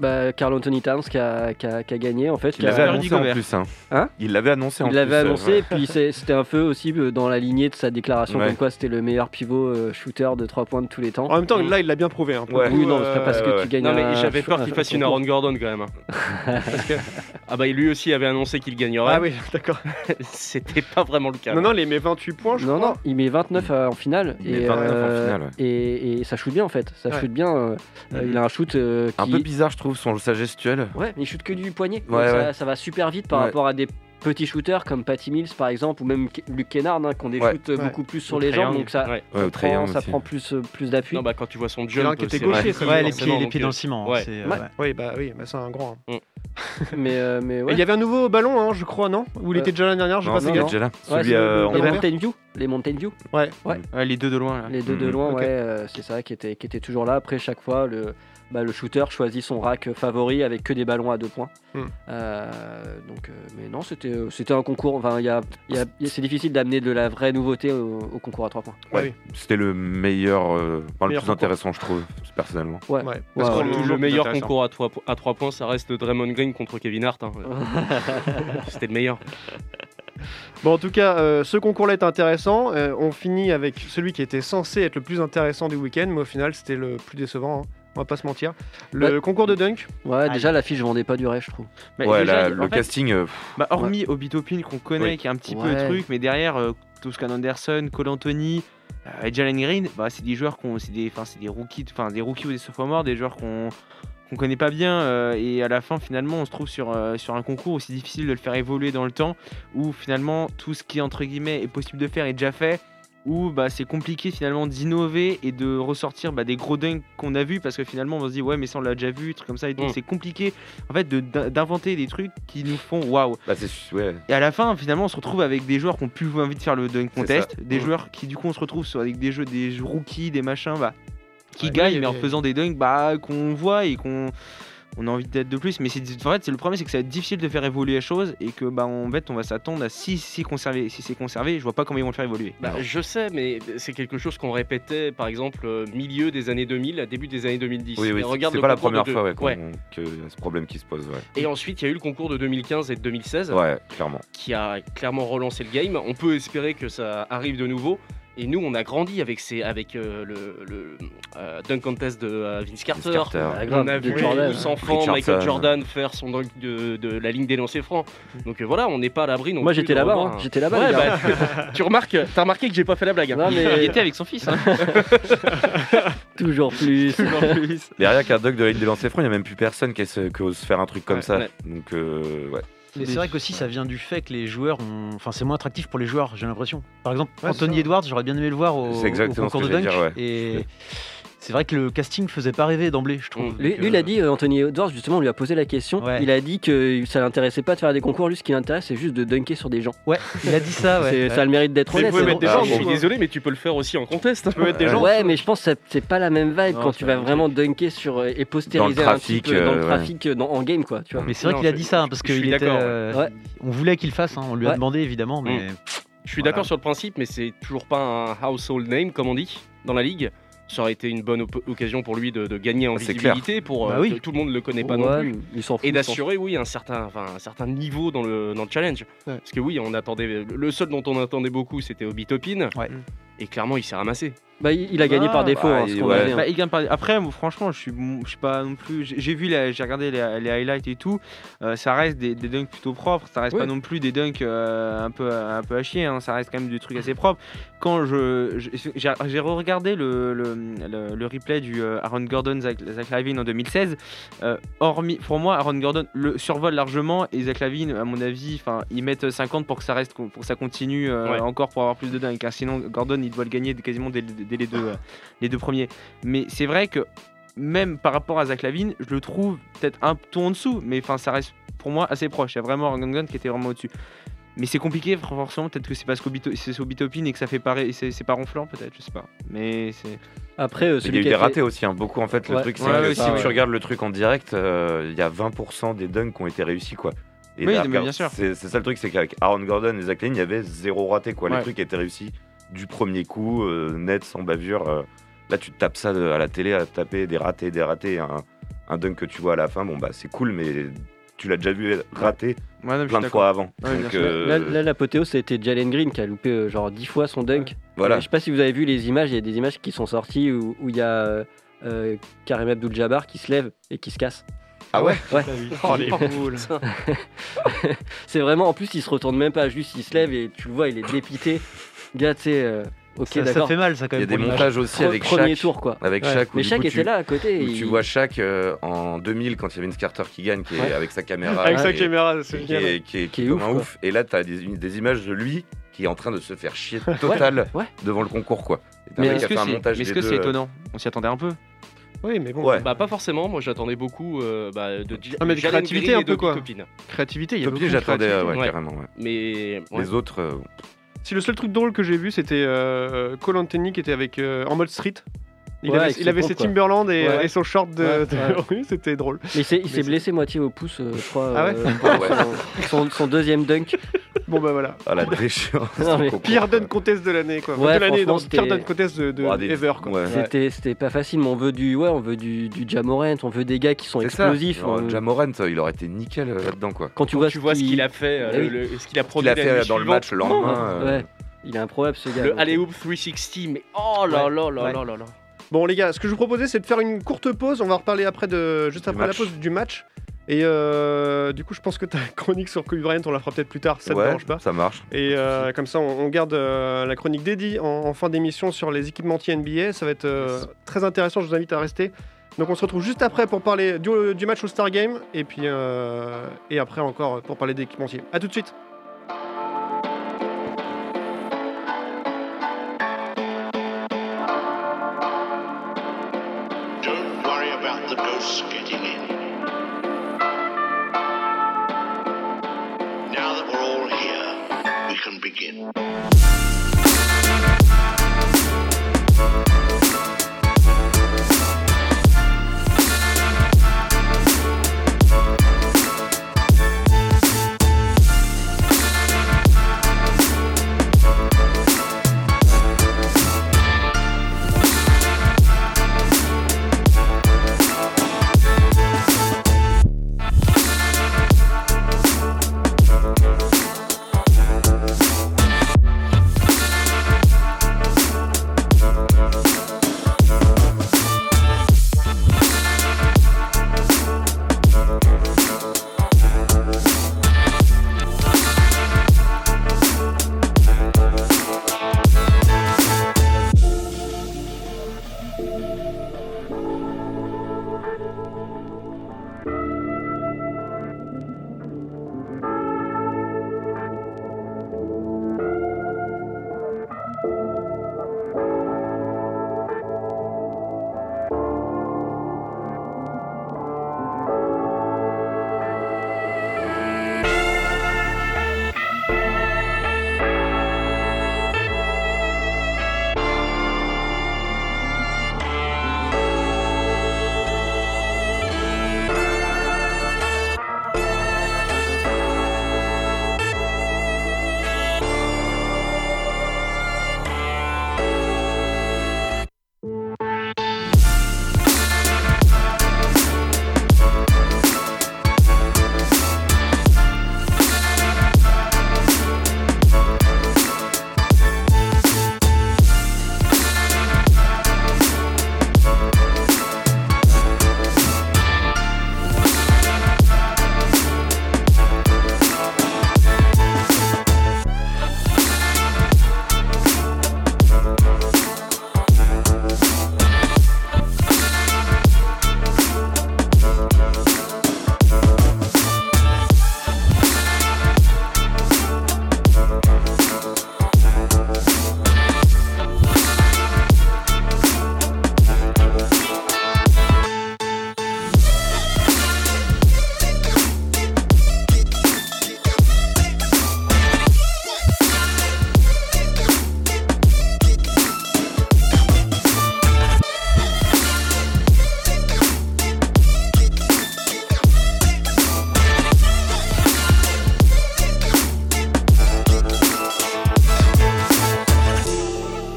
S2: Bah, Carl Anthony Towns qui a, qui a- qui a gagné en fait.
S9: Il
S2: qui a-
S9: l'avait annoncé en plus. Hein. Il l'avait annoncé en
S2: Il
S9: plus.
S2: l'avait
S9: euh,
S2: annoncé,
S9: ouais.
S2: et puis c'est- c'était un peu aussi euh, dans la lignée de sa déclaration,
S9: Ouais.
S2: comme quoi c'était le meilleur pivot euh, shooter de 3 points de tous les temps.
S6: En même
S9: Mm.
S6: temps, là, il l'a bien prouvé. Hein, pour
S2: Ouais.
S6: le coup,
S2: Oui, non, c'est pas parce que
S6: euh,
S2: tu gagnes
S7: Non, mais
S2: un-
S7: j'avais peur
S2: un-
S7: qu'il
S2: un
S7: fasse une
S2: concours.
S7: Aaron Gordon quand même. hein. Ah bah lui aussi avait annoncé qu'il gagnerait.
S6: Ah oui, d'accord.
S7: C'était pas vraiment le cas.
S6: Non, non, il met 28 points, je
S2: non,
S6: crois.
S2: non, il met 29 euh, en finale.
S7: Il met
S2: et, euh,
S7: 29 en finale, ouais.
S2: et, et ça shoot bien en fait. Ça
S9: Ouais.
S2: shoot bien. euh, euh, il a un shoot euh, qui.
S9: Un peu bizarre, je trouve, son, sa gestuelle.
S2: Ouais, mais il shoot que du poignet.
S9: Ouais,
S2: Donc ça,
S9: ouais.
S2: ça va super vite par
S9: Ouais.
S2: rapport à des petits shooters comme Patty Mills par exemple, ou même Ke- Luke Kennard, hein, qui ont des
S7: Ouais.
S2: shoots
S7: Ouais.
S2: beaucoup plus sur
S7: Au
S2: les jambes,
S7: triangle.
S2: donc ça,
S7: Ouais.
S2: ça
S7: Ouais,
S2: prend,
S7: au triangle
S2: ça
S7: aussi.
S2: prend plus, euh, plus d'appui.
S7: Non, bah, quand tu vois son
S2: jump,
S7: jump,
S2: qui était
S7: c'est
S2: gaucher,
S7: vrai.
S2: ça, forcément,
S7: Ouais, les pieds- les
S2: donc,
S7: pieds dans
S2: euh,
S7: le ciment, hein,
S2: ouais.
S7: c'est, euh,
S2: Ouais.
S7: ouais.
S6: Oui, bah oui, mais c'est un grand.
S2: Mais, euh, mais
S6: Mm. Et
S2: ouais.
S6: Il y avait un nouveau ballon, hein, je crois, non Ou il était déjà là l'année dernière, je sais pas.
S2: Non,
S6: c'est
S2: non,
S6: quel.
S2: non. Ouais,
S9: Celui,
S2: c'est
S9: euh, en
S2: les
S9: vert.
S2: Mountain View. Les Mountain View.
S6: Ouais.
S2: ouais.
S10: les deux de loin. Là.
S2: Les deux de
S10: Mhm.
S2: loin,
S10: Ok.
S2: ouais, euh, c'est ça qui était, qui était toujours là. Après, chaque fois, le, bah, le shooter choisit son rack favori avec que des ballons à deux points.
S6: Hmm.
S9: Mhm.
S2: Euh, donc, euh, mais non, c'était c'était un concours. Enfin, il y a- il y a- il y a- c'est difficile d'amener de la vraie nouveauté au, au concours à trois points.
S6: Ah
S9: Ouais, C'était le meilleur, euh, enfin, le
S7: Meilleur
S9: plus intéressant, je trouve, personnellement.
S2: Ouais.
S7: Parce que
S2: Ouais,
S7: le-
S2: ouais.
S7: le, meilleur concours à 3, à trois points, ça reste Draymond Green contre Kevin Hart. hein. C'était le meilleur.
S6: Bon, en tout cas, euh, ce concours-là est intéressant. Euh, on finit avec celui qui était censé être le plus intéressant du week-end, mais au final, c'était le plus décevant. hein. On va pas se mentir. Le
S2: Ouais.
S6: concours de dunk.
S2: Ouais, déjà, la fiche vendait pas du rêve, je trouve.
S10: Mais
S9: Ouais,
S10: déjà,
S9: la-
S10: y- en
S9: le
S10: fait,
S9: casting. euh, pff,
S10: Bah, hormis Obitopin qu'on connaît,
S9: Oui.
S10: qui est un petit peu
S9: Ouais.
S10: le truc, mais derrière, euh, Toscan Anderson, Cole Anthony euh, et Jalen Green, bah, c'est des joueurs qu'on, c'est des, enfin, c'est des rookies, enfin des rookies ou des sophomores, des joueurs qu'on qu'on connaît pas bien euh, et à la fin finalement on se trouve sur, euh, sur un concours aussi difficile de le faire évoluer dans le temps où finalement tout ce qui entre guillemets est possible de faire est déjà fait où bah, c'est compliqué finalement d'innover et de ressortir bah, des gros dunks qu'on a vus parce que finalement on se dit ouais mais ça on l'a déjà vu truc comme ça et donc
S9: Mm.
S10: c'est compliqué en fait de- d'inventer des trucs qui nous font waouh
S9: bah, c'est- ouais.
S10: et à la fin, finalement, on se retrouve avec des joueurs qui ont plus envie de faire le dunk
S9: C'est
S10: contest,
S9: ça.
S10: des
S9: Mm.
S10: joueurs qui du coup on se retrouve sur- avec des jeux des jeux rookies, des machins, bah, qui
S9: Ouais,
S10: gagnent,
S9: oui,
S10: mais en
S9: oui.
S10: faisant des dunks bah, qu'on voit et qu'on on a envie d'être de plus. Mais c'est en fait, c'est le problème, c'est que ça va être difficile de faire évoluer les choses et que bah en fait, on va s'attendre à si si conservé, si c'est conservé, je vois pas comment ils vont le faire évoluer.
S7: Bah, je sais, mais c'est quelque chose qu'on répétait, par exemple, euh, milieu des années 2000, à début des années 2010.
S9: Oui, oui,
S7: Et
S9: c'est-
S7: regarde
S9: c'est
S7: le
S9: pas la
S7: concours de
S9: première
S7: deux.
S9: fois ouais, qu'on-
S7: Ouais.
S9: qu'il y a ce problème qui se pose. Ouais,
S7: Et ensuite, il y a eu le concours de 2015 et de 2016,
S9: ouais clairement.
S7: qui a clairement relancé le game. On peut espérer que ça arrive de nouveau. Et nous, on a grandi avec, ces, avec euh, le, le euh, dunk contest de euh, Vince Carter.
S9: Carter. Ah,
S7: On
S9: grave,
S7: a
S9: de
S7: vu
S9: Jordan.
S7: tous enfants, Michael
S9: Richardson.
S7: Jordan faire son dunk de, de la ligne des lancers francs. Donc euh, voilà, on n'est pas à l'abri.
S2: Mm.
S7: non
S2: Moi,
S7: plus
S2: j'étais
S7: de
S2: là-bas,
S7: revoir
S2: hein.
S7: un-
S2: J'étais là-bas,
S7: Ouais,
S2: les gars.
S7: bah, tu remarques, t'as remarqué que j'ai pas fait la blague. hein.
S2: Non, mais-
S7: Il était avec son fils. hein.
S2: Toujours plus.
S9: Mais rien qu'un dog de la ligne des lancers francs, il n'y a même plus personne qui, essaie- qui ose faire un truc comme
S4: Ouais,
S9: ça.
S4: ouais.
S9: Donc, euh, ouais.
S4: Mais c'est vrai qu'aussi ça vient du fait que les joueurs ont. Enfin, c'est moins attractif pour les joueurs, j'ai l'impression. Par exemple,
S9: Ouais, c'est
S4: Anthony
S9: ça.
S4: Edwards, j'aurais bien aimé le voir au,
S9: C'est exactement
S4: au concours
S9: ce
S4: de
S9: que
S4: dunk.
S9: j'allais dire, ouais.
S4: Et c'est vrai que le casting faisait pas rêver d'emblée, je trouve.
S2: Lui,
S4: Donc,
S2: lui, il
S4: euh,
S2: a dit, euh, Anthony Edwards, justement, on lui a posé la question.
S4: Ouais.
S2: Il a dit que ça l'intéressait pas de faire des concours. Lui, ce qui l'intéresse, c'est juste de dunker sur des gens.
S4: Ouais, il a dit ça, ouais.
S2: Ça a le mérite d'être
S7: Mais
S2: honnête.
S7: vous pouvez
S2: c'est
S7: mettre
S2: bon.
S7: des gens, je suis désolé, mais tu peux le faire aussi en contest. Tu peux mettre des gens.
S2: Ouais, mais je pense que ça- c'est pas la même vibe
S7: Non,
S2: quand
S7: c'est
S2: tu vas
S7: pas
S2: vraiment dunker sur euh, et postériser
S9: trafic,
S2: un petit peu dans le
S9: euh, ouais.
S2: trafic euh, dans- en game quoi, tu vois.
S4: Mais c'est vrai qu'il a dit ça, hein, parce qu'il était. euh, On voulait qu'il le fasse, hein, on lui a
S2: Ouais.
S4: demandé évidemment, mais.
S9: Mmh.
S7: Mm. Je suis d'accord sur le principe, mais c'est toujours pas un household name, comme on dit, dans la ligue. Ça aurait été une bonne op- occasion pour lui de, de gagner en
S9: Ah, c'est
S7: visibilité,
S9: clair.
S7: pour euh,
S9: Bah oui.
S7: que tout le monde le connaît pas
S2: Ouais,
S7: non plus,
S2: il s'en fout,
S7: et
S2: il s'en
S7: d'assurer oui un certain, enfin, un certain niveau dans le, dans le challenge. Parce que oui, on attendait le seul dont on attendait beaucoup, c'était Obi Topin, et clairement il s'est ramassé.
S2: Bah, il il a gagné
S10: Ah,
S2: par défaut,
S10: bah,
S2: hein, ce
S10: il-
S2: qu'on
S10: ouais.
S2: avait, hein.
S10: Bah, il gagne par- Après, moi, franchement, je suis, bon, je suis pas non plus. J'ai j'ai vu, la- j'ai regardé les, les highlights et tout. euh, ça reste des, des dunks plutôt propres. Ça reste
S2: Oui.
S10: pas non plus des dunks euh, un peu, un peu à chier. hein, Ça reste quand même du truc assez propre. Quand je je- j'ai j'ai regardé le, le, le- le replay du euh, Aaron Gordon Zach, Zach Lavine en 2016, euh, hormis pour moi, Aaron Gordon le survole largement et Zach Lavine, à mon avis, enfin, ils mettent 50 pour que ça reste, pour que ça continue euh,
S7: Ouais.
S10: encore pour avoir plus de dingue. car Sinon, Gordon, il doit le gagner quasiment dès, dès les, deux, euh, les deux premiers. Mais c'est vrai que même par rapport à Zach Lavine, je le trouve peut-être un ton en dessous, mais enfin, ça reste pour moi assez proche. Il y a vraiment Aaron Gordon qui était vraiment au-dessus. Mais c'est compliqué, fr- forcément. Peut-être que c'est parce que c'est Obitopine et que ça fait pareil, c'est c'est pas ronflant, peut-être, je sais pas. Mais c'est.
S2: Après, euh,
S9: Mais Il y a eu des ratés aussi, hein, beaucoup en fait. Le
S10: Ouais.
S9: truc, c'est
S10: Ouais,
S9: que
S10: ouais,
S9: si
S10: ça,
S9: tu
S10: ouais.
S9: regardes le truc en direct, euh, il y a 20% des dunks qui ont été réussis quoi.
S10: Oui,
S9: là,
S10: mais
S9: regarde,
S10: bien sûr.
S9: C'est c'est ça le truc, c'est qu'avec Aaron Gordon et Zach Lane, il y avait zéro raté quoi.
S10: Ouais.
S9: Les trucs étaient réussis du premier coup, euh, net, sans bavure. euh. là, tu te tapes ça de- à la télé, à taper des ratés, des ratés, un, un dunk que tu vois à la fin, bon bah c'est cool, mais tu l'as déjà vu raté
S10: Ouais, non, mais je suis
S9: plein de
S10: d'accord.
S9: fois avant.
S10: Ouais, bien
S9: Donc,
S10: sûr.
S9: euh,
S2: Là, là, l'apothéose, ça a été Jalen Green qui a loupé euh, genre 10 fois son dunk.
S9: Voilà.
S2: Euh, je sais pas si vous avez vu les images, il y a des images qui sont sorties où où il y a euh, euh, Karim Abdul-Jabbar qui se lève et qui se casse.
S9: Ah ouais
S2: Ouais.
S7: Oh, les boules.
S2: C'est vraiment, en plus, il se retourne même pas, juste il se lève et tu le vois, il est dépité. Gars, tu sais, euh, Ok,
S4: Ça- ça
S2: d'accord.
S4: fait mal, ça, quand
S9: Il y a
S4: même,
S9: des
S4: pour l'image.
S9: montages aussi
S2: Pre-
S9: avec
S2: premier
S9: Shaq.
S2: tour, quoi.
S9: Avec
S2: Ouais.
S9: Shaq, où
S2: Mais
S9: du
S2: Shaq
S9: coup,
S2: était
S9: tu-
S2: là à côté,
S9: où
S2: il-
S9: Tu vois Shaq euh, en 2000 quand il y avait une Carter qui gagne, qui est
S2: Ouais.
S9: avec sa caméra.
S6: Avec sa
S9: et-
S6: caméra, c'est
S9: et Qui est, qui est- qui est
S6: ouf,
S9: comme un
S6: quoi.
S9: ouf. Et là, t'as des, des images de lui qui est en train de se faire chier total
S2: Ouais, ouais.
S9: devant le concours, quoi. Et t'as un
S10: Mais
S9: mec
S10: est-ce
S9: qui
S10: que
S9: a fait un
S10: c'est-
S9: montage
S10: mais est-ce
S9: des
S10: que c'est
S9: deux, euh,
S10: étonnant On s'y attendait un peu.
S6: Oui, mais bon.
S7: Bah, pas forcément. Moi, j'attendais beaucoup euh, bah, de,
S10: Ah, mais de
S7: Jalen
S10: créativité,
S7: Green et
S10: un peu,
S7: de
S10: quoi.
S7: Copine.
S10: Créativité, il y a
S9: Topi,
S10: beaucoup de
S9: j'attendais, euh,
S10: créativité.
S9: ouais, carrément, ouais.
S7: Mais ouais.
S9: Les autres. euh,
S6: Si le seul truc drôle que j'ai vu, c'était euh, Cole Anthony qui était avec, euh, en mode street. Il
S2: Ouais,
S6: avait,
S2: avec
S6: il
S2: ses
S6: avait
S2: pompes,
S6: ses
S2: quoi.
S6: Timberland et,
S2: Ouais.
S6: et son short de.
S2: Ouais,
S6: de-
S2: ouais.
S6: oui, c'était drôle.
S2: Mais c'est- il s'est
S6: Mais
S2: blessé moitié au pouce, euh, je crois.
S6: Ah ouais
S2: euh,
S6: Ah ouais.
S2: son, son- son deuxième dunk.
S6: Bon, bah voilà.
S9: Ah la déchéance.
S2: Non, mais-
S6: Pire dunk contest de l'année, quoi.
S2: Ouais,
S6: de l'année,
S2: franchement,
S6: non, pire
S2: c'était-
S6: dunk contest de, de
S9: Ouais, des-
S6: ever, quoi.
S9: ouais.
S2: C'était c'était pas facile, mais on veut du ouais, on veut du, du Jamorant, on veut des gars qui sont
S9: C'est ça.
S2: explosifs.
S9: Alors,
S2: on-
S9: Jamorant, il aurait été nickel euh, là-dedans, quoi.
S2: Quand tu vois,
S7: tu vois ce qu'il a fait, euh,
S2: Ah oui.
S7: le- le- ce qu'il a
S9: qu'il
S7: produit
S9: a fait,
S7: la nuit
S9: euh, dans le
S7: suivante.
S9: match le lendemain, euh,
S2: Ouais, il est improbable ce gars.
S7: Le
S2: donc.
S7: alley-oop 360, mais oh là
S2: Ouais.
S7: là là
S2: Ouais.
S7: là là là.
S6: Bon, les gars, ce que je vous proposais, c'est de faire une courte pause. On va reparler après de, juste après la
S9: match.
S6: pause du match. Et euh, du coup, je pense que ta chronique sur Kobe Bryant, on la fera peut-être plus tard. Ça te
S9: Ouais,
S6: dérange pas
S9: ça marche.
S6: Et euh, comme ça, on, on garde euh, la chronique dédiée en, en fin d'émission sur les équipementiers NBA. Ça va être euh, très intéressant. Je vous invite à rester. Donc, on se retrouve juste après pour parler du, du match au Star Game et puis euh, et après encore pour parler d'équipementiers. À tout de suite.
S3: Don't worry about the ghosts getting in. Now that we're all here, we can begin.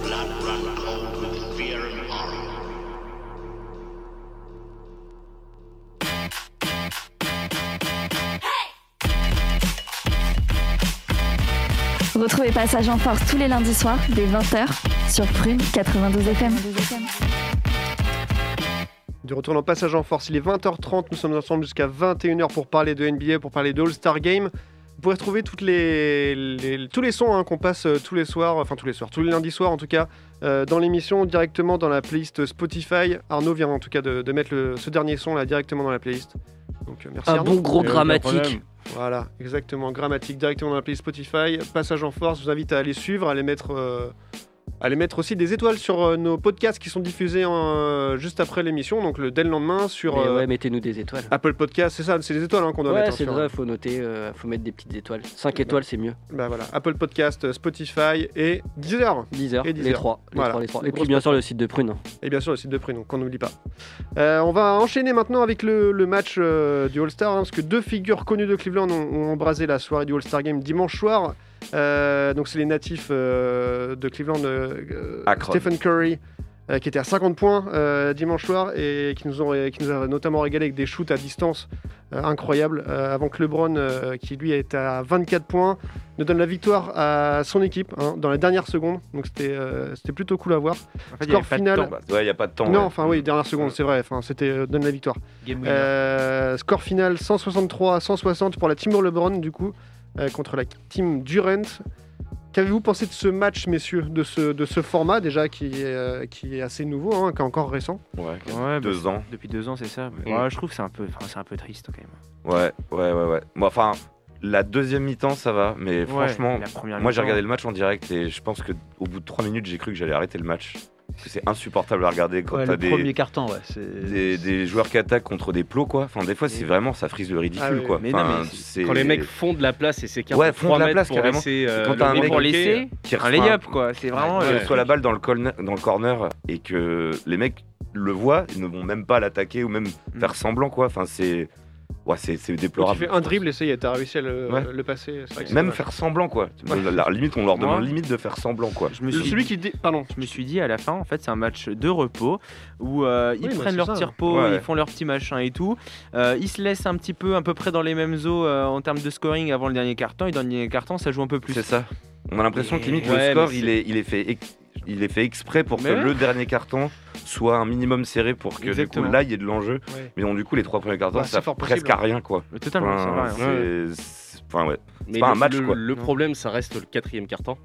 S3: Blood run cold with fear and horror.
S5: Retrouvez Passage en Force tous les lundis soirs dès 20h sur Prune 92 FM.
S6: De retour dans Passage en Force, il est 20h30, nous sommes ensemble jusqu'à 21h pour parler de NBA, pour parler de All-Star Game. pourrez trouver toutes les, les- tous les sons hein, qu'on passe euh, tous les soirs, enfin tous les soirs, tous les lundis soirs en tout cas, euh, dans l'émission, directement dans la playlist Spotify. Arnaud vient en tout cas de, de mettre le- ce dernier son là directement dans la playlist. Donc euh, merci
S2: Un
S6: Arnaud.
S2: bon gros Et aucun grammatique. problème.
S6: Voilà, exactement, grammatique directement dans la playlist Spotify. Passage en force, je vous invite à aller suivre, à aller mettre. euh, Allez mettre aussi des étoiles sur euh, nos podcasts qui sont diffusés en, euh, juste après l'émission, donc le, dès le lendemain sur
S2: Mais
S6: euh,
S2: ouais, mettez-nous des étoiles.
S6: Apple Podcast, c'est ça, c'est les étoiles hein, qu'on doit
S2: Ouais,
S6: mettre. hein,
S2: c'est
S6: sur-
S2: vrai, faut noter, euh, faut mettre des petites étoiles. 5 étoiles, c'est mieux.
S6: Bah voilà, Apple Podcast, euh, Spotify et Deezer.
S2: Deezer,
S6: et
S2: les trois, les trois, les trois. Et puis bien sûr le site de Prune.
S6: Et bien sûr le site de Prune, donc qu'on n'oublie pas. Euh, on va enchaîner maintenant avec le, le match euh, du All-Star, hein, parce que deux figures connues de Cleveland ont, ont embrasé la soirée du All-Star Game dimanche soir. Euh, donc c'est les natifs euh, de Cleveland, euh, euh,
S9: Akron.
S6: Stephen Curry, euh, qui était à 50 points euh, dimanche soir et qui nous, ont, ré- qui nous a notamment régalé avec des shoots à distance euh, incroyables, euh, avant que LeBron, euh, qui lui est à 24 points, ne donne la victoire à son équipe hein, dans la dernière seconde. Donc c'était euh, c'était plutôt cool à voir.
S9: fait, il y avait pas de temps. Bah, ouais, il y a pas de temps,
S6: Non,
S9: ouais.
S6: enfin oui, dernière seconde, c'est vrai. Enfin, c'était euh, donne la victoire.
S9: Game winner.
S6: Euh, score final 163 160 pour la Team LeBron du coup euh, contre la Team Durant. Qu'avez-vous pensé de ce match, messieurs, de ce, de ce format déjà qui est, euh, qui est assez nouveau, hein, qui est encore récent
S9: Ouais,
S10: Ouais,
S9: deux
S10: bah,
S9: ans.
S10: Depuis deux ans, c'est ça.
S9: Mm.
S10: Ouais, je trouve que c'est un, peu- enfin, c'est un peu triste quand même.
S9: Ouais, ouais, ouais, ouais. Bon, enfin, la deuxième mi-temps, ça va, mais
S10: Ouais,
S9: franchement,
S10: la première
S9: moi j'ai
S10: mi-temps.
S9: regardé le match en direct et je pense que au bout de trois minutes, j'ai cru que j'allais arrêter le match. Parce que c'est insupportable à regarder quand
S4: Ouais,
S9: t'as
S4: le
S9: des,
S4: premier carton, ouais. c'est-
S9: des, des joueurs qui attaquent contre des plots, quoi. Enfin, des fois, c'est vraiment, ça frise le ridicule,
S7: Ah oui.
S9: quoi.
S7: Mais non,
S9: Enfin,
S7: mais
S9: c'est-
S7: Quand les mecs font de la place et s'écartent
S9: Ouais,
S7: de
S9: font
S7: trois
S9: de la
S7: mètres
S9: place
S7: pour
S9: carrément.
S7: laisser, euh,
S9: Et quand
S7: le
S9: t'as un
S7: rebond
S9: mec
S7: pour
S9: qui-
S7: laisser,
S9: qui
S10: un
S9: reçoit
S10: lay-up, quoi. C'est vraiment,
S9: Ouais,
S10: euh,
S9: reçoit la balle dans le, col- dans le corner et que les mecs le voient, ils ne vont même pas l'attaquer ou même faire semblant, quoi. Enfin, c'est. Ouais, c'est c'est
S6: Tu
S9: déplorable.
S6: fais un dribble, essaye, t'as réussi à le,
S9: Ouais.
S6: Euh, le passer. c'est vrai que c'est
S9: Même
S6: dommage.
S9: faire semblant, quoi.
S6: Ouais.
S9: La, la limite, on leur demande
S10: Moi,
S9: limite de faire semblant, quoi.
S10: Je me
S9: Le-
S10: suis
S9: celui
S10: dit,
S6: pardon.
S10: Je me suis dit à la fin, en fait, c'est un match de repos où euh, ils
S9: Oui, bah,
S10: prennent
S9: c'est
S10: leur
S9: ça.
S10: tir pot,
S9: Ouais.
S10: ils font leur petit machin et tout. Euh, ils se laissent un petit peu, à peu près dans les mêmes eaux euh, en termes de scoring avant le dernier carton. Et dans le dernier carton, ça joue un peu plus. C'est
S9: ça. On a l'impression que limite le score, il est, il, est fait ex- il est fait exprès pour
S10: Mais
S9: que
S10: ouais.
S9: le dernier carton soit un minimum serré pour que du
S10: Exactement.
S9: coup là il y ait de l'enjeu.
S10: Ouais.
S9: Mais donc du coup les trois premiers cartons
S10: Bah, c'est
S9: ça
S10: fort
S9: presque
S10: possible,
S9: à
S10: hein.
S9: rien quoi.
S10: Mais totalement, ça va,
S9: Enfin,
S10: hein.
S9: c'est- c'est- enfin, ouais. C'est
S7: Mais
S9: pas
S7: le,
S9: un match
S7: le-
S9: quoi.
S7: le problème, ça reste le quatrième carton.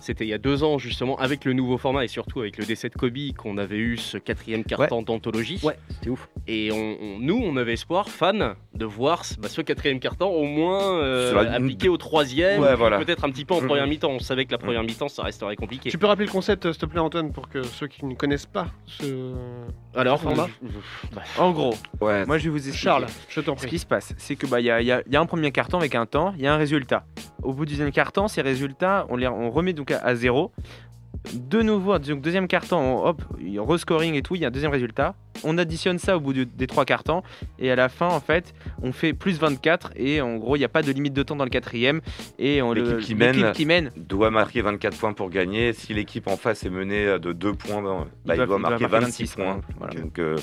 S7: C'était il y a deux ans justement avec le nouveau format et surtout avec le décès de Kobe qu'on avait eu ce quatrième carton d'anthologie.
S2: Ouais, c'était ouf.
S7: Et on, on- nous, on avait espoir, fans, de voir ce- bah, ce quatrième carton au moins euh,
S9: Sur la-
S7: appliqué au troisième,
S9: Ouais,
S7: puis
S9: voilà.
S7: peut-être un petit peu en
S9: Mhm.
S7: première mi-temps. On savait que la première mi-temps, ça resterait compliqué.
S6: Tu peux rappeler le concept, euh, s'il te plaît, Antoine, pour que ceux qui ne connaissent pas ce.
S10: Alors,
S6: ce format.
S10: je- En gros, moi je vais vous expliquer.
S6: Charles, je t'en
S10: Ce
S6: prie.
S10: qui se passe, c'est que bah il y, a- il y a- il y a un premier carton avec un temps, il y a un résultat. Au bout du deuxième carton, ces résultats, on les on remet donc à, à zéro. De nouveau, donc deuxième carton, on, hop, il y a rescoring et tout, il y a un deuxième résultat. On additionne ça au bout du- des trois cartons et à la fin, en fait, on fait plus 24 et en gros, il n'y a pas de limite de temps dans le quatrième et on le-
S9: L'équipe qui,
S10: l'équipe
S9: mène
S10: qui mène
S9: doit marquer 24 points pour gagner. Si l'équipe en face est menée de 2 points, ben, bah,
S10: Il
S9: il,
S10: doit-
S9: doit, marquer 26,
S10: par
S9: points.
S10: exemple. Voilà.
S9: Donc, euh,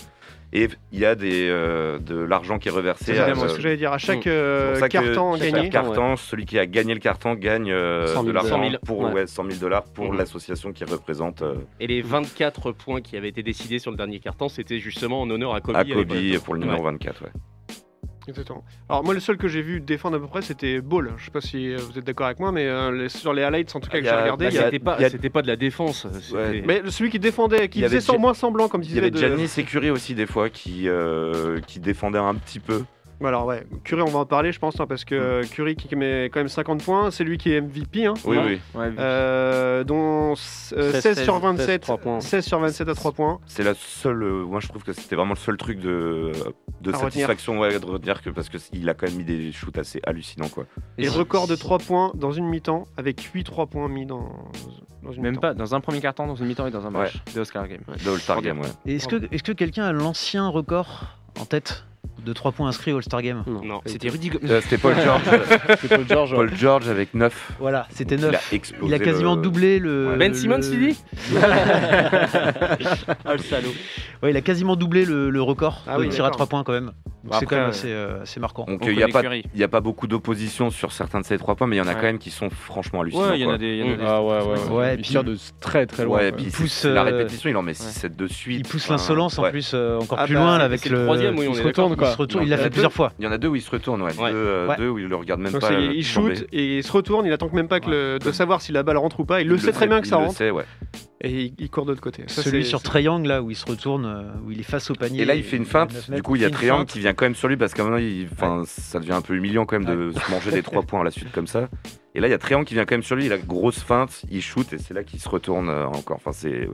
S9: et il y a des, euh, de l'argent qui est reversé.
S6: C'est
S9: à- euh,
S6: ce que j'allais dire, à chaque,
S9: C'est pour
S6: euh,
S9: ça que
S6: carton
S9: chaque
S6: gagné.
S9: carton, celui qui a gagné le carton gagne euh,
S7: 100 000
S9: de l'argent
S7: 100 000,
S9: pour
S7: ouais.
S9: ouais, 100 000 dollars pour
S7: Mhm.
S9: l'association qui représente euh,
S7: Et les 24 points qui avaient été décidés sur le dernier carton, c'était justement en honneur à Kobe.
S9: à Kobe
S7: l'époque.
S9: pour le numéro
S7: Ouais.
S9: 24. ouais.
S6: Exactement. Alors moi le seul que j'ai vu défendre à peu près c'était Ball. Je sais pas si euh, vous êtes d'accord avec moi, mais euh, les- sur les highlights en tout cas que j'ai regardé,
S7: Bah, c'était pas, c'était pas de la défense. c'était-
S6: Mais celui qui défendait, qui
S9: Il y
S6: faisait
S9: avait
S6: sans
S9: Ja-
S6: moins semblant comme
S9: Il
S6: disait.
S9: y avait
S6: de-
S9: Giannis et Curry aussi des fois qui, euh, qui défendaient un petit peu.
S6: Bon, Alors ouais, Curry on va en parler je pense hein, parce que
S9: Mm.
S6: euh, Curry qui met quand même 50 points, c'est lui qui est MVP. Hein,
S9: Oui,
S6: Hein.
S9: oui.
S10: Ouais,
S6: Euh, dont euh, 16,
S9: 16,
S6: sur
S9: 16,
S6: 27,
S9: 3 points.
S6: 16 sur 27 à 3 points.
S9: C'est la seule. euh, moi, je trouve que c'était vraiment le seul truc de, de
S6: À retenir.
S9: satisfaction ouais, de retenir que parce qu'il a quand même mis des shoots assez hallucinants, quoi.
S6: Et record de 3 points dans une mi-temps avec 8 3 points mis dans, dans une
S10: Même
S6: mi-temps.
S10: pas dans un premier carton, dans une mi-temps et dans un match de Oscar Game.
S9: De All-Star Game, ouais.
S4: Et Est-ce que, est que quelqu'un a l'ancien record en tête de 3 points inscrits au All-Star Game
S7: Non,
S10: c'était Rudy. Go-
S9: Euh, c'était Paul George.
S10: C'était Paul George, ouais.
S9: Paul George avec 9.
S4: Voilà, c'était
S9: Il a
S4: 9.
S9: explosé
S4: Il a quasiment
S9: le-
S4: doublé le.
S7: Ben
S4: le-
S7: Simmons, tu dis
S4: Ah,
S7: le salaud.
S4: Ouais, il a quasiment doublé le, le record
S9: Ah
S4: de
S9: oui,
S4: tir à
S9: d'accord.
S4: 3 points quand même. Donc
S9: Après,
S4: c'est quand même
S9: euh,
S4: assez, euh, assez marquant.
S9: Donc il n'y a, pas- il y a pas beaucoup d'opposition sur certains de ces trois points, mais il y en a
S4: Ouais.
S9: quand même qui sont franchement hallucinants.
S4: Ouais, il y en a
S9: quoi.
S4: des- il y en a des- Ah ouais, ouais, ouais. Ouais,
S9: Il
S4: puis-
S9: tire de
S8: très très loin,
S9: Ouais,
S8: ouais.
S9: puis
S8: Il
S9: c'est-
S8: pousse,
S9: c'est la
S8: euh,
S9: répétition, il en met 6-7 de suite.
S4: Il pousse
S9: enfin,
S4: l'insolence en
S9: ouais.
S4: Ah plus euh, encore plus loin là, avec le.
S9: il se retourne, quoi.
S8: fois.
S4: retourne,
S9: Non,
S4: il l'a
S9: y en a
S4: fait
S9: deux-
S4: plusieurs fois.
S9: Il y en a deux où il se retourne, ouais. Deux, euh,
S6: Ouais.
S9: deux où il le regarde même
S6: Donc
S9: pas.
S6: c'est-
S9: euh,
S6: il
S9: tomber.
S6: shoot et il se retourne, il attend que même pas que le- de savoir si la balle rentre ou pas. Il, le
S9: Il
S6: sait
S9: le
S6: très
S9: sait,
S6: bien que
S9: il
S6: ça
S9: le
S6: rentre.
S9: sait, ouais.
S6: Et il, il court de l'autre côté. Ça,
S4: Celui
S6: c'est-
S4: sur Triangle, là, où il se retourne, euh, où il est face au panier.
S9: Et là, il fait une feinte.
S4: 9
S9: Du
S4: mètres,
S9: coup, il y a
S4: fait une
S9: Triangle
S4: feinte.
S9: qui vient quand même sur lui parce qu'à maintenant, il- enfin, ça devient un peu humiliant quand même de se manger des trois points à la suite comme ça. Et là, il y a Triangle qui vient quand même sur lui. Il a grosse feinte, il shoot et c'est là qu'il se retourne euh, encore. Enfin, c'est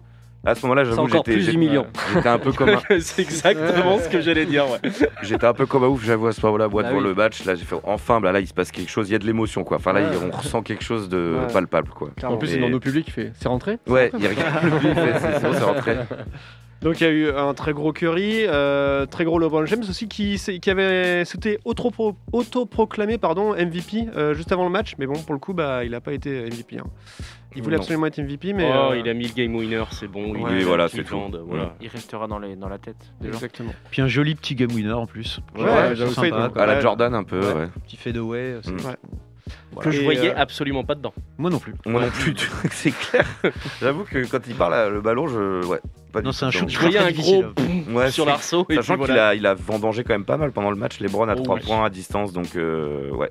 S9: à ce moment-là, j'avoue,
S7: C'est encore
S9: j'étais
S7: plus
S9: j'étais-
S7: humiliant.
S9: J'étais un peu comme un-
S7: C'est exactement ce que j'allais dire, ouais.
S9: J'étais un peu comme un ouf, j'avoue, à ce moment-là, moi,
S7: Bah
S9: devant
S7: oui.
S9: le match, là, j'ai fait enfin, bah, là, il se passe quelque chose, il y a de l'émotion, quoi. Enfin, là,
S8: Ouais.
S9: il- on ressent quelque chose de
S8: Ouais.
S9: palpable, quoi.
S8: En plus,
S9: Et-
S8: c'est dans nos publics, il fait c'est rentré C'est
S9: Ouais,
S8: rentré
S9: il regarde le public, il fait, c'est bon, c'est rentré.
S6: Donc il y a eu un très gros Curry, euh, très gros LeBron James aussi qui, s'est- qui avait c'était autopro- autoproclamé pardon MVP euh, juste avant le match, mais bon pour le coup bah il n'a pas été MVP. hein. Il voulait
S7: Non.
S6: absolument être MVP, mais
S7: Oh,
S6: euh,
S7: il a mis le game winner, c'est Mm. bon.
S9: Oui,
S7: il est
S9: voilà,
S7: une petite
S9: c'est tout.
S7: légende, Voilà.
S10: Il restera dans, les- dans la tête. des gens.
S6: Exactement.
S4: Puis un joli petit game winner en plus.
S9: Ouais, ouais,
S4: c'est
S9: j'avoue,
S4: sympa,
S9: fade,
S4: quoi.
S9: à la Jordan, un peu, ouais.
S4: Petit fadeaway. euh, c'est-
S9: Mm. Ouais.
S4: Voilà.
S7: Que je
S4: Et,
S7: voyais
S4: euh,
S7: absolument pas dedans.
S4: Moi non plus.
S9: Moi non plus, tu- c'est clair. J'avoue que quand il parle à le ballon, je. Ouais, pas du
S4: Non, c'est un
S9: tout.
S4: shoot
S9: Donc,
S4: Je voyais très un difficile, gros là.
S7: boum sur
S9: c'est-
S7: l'arceau et
S9: Sachant
S7: puis
S9: qu'il
S7: voilà.
S9: a, il a vendangé quand même pas mal pendant le match, les Browns à
S7: Oh
S9: 3
S7: oui.
S9: points à distance, donc euh, ouais.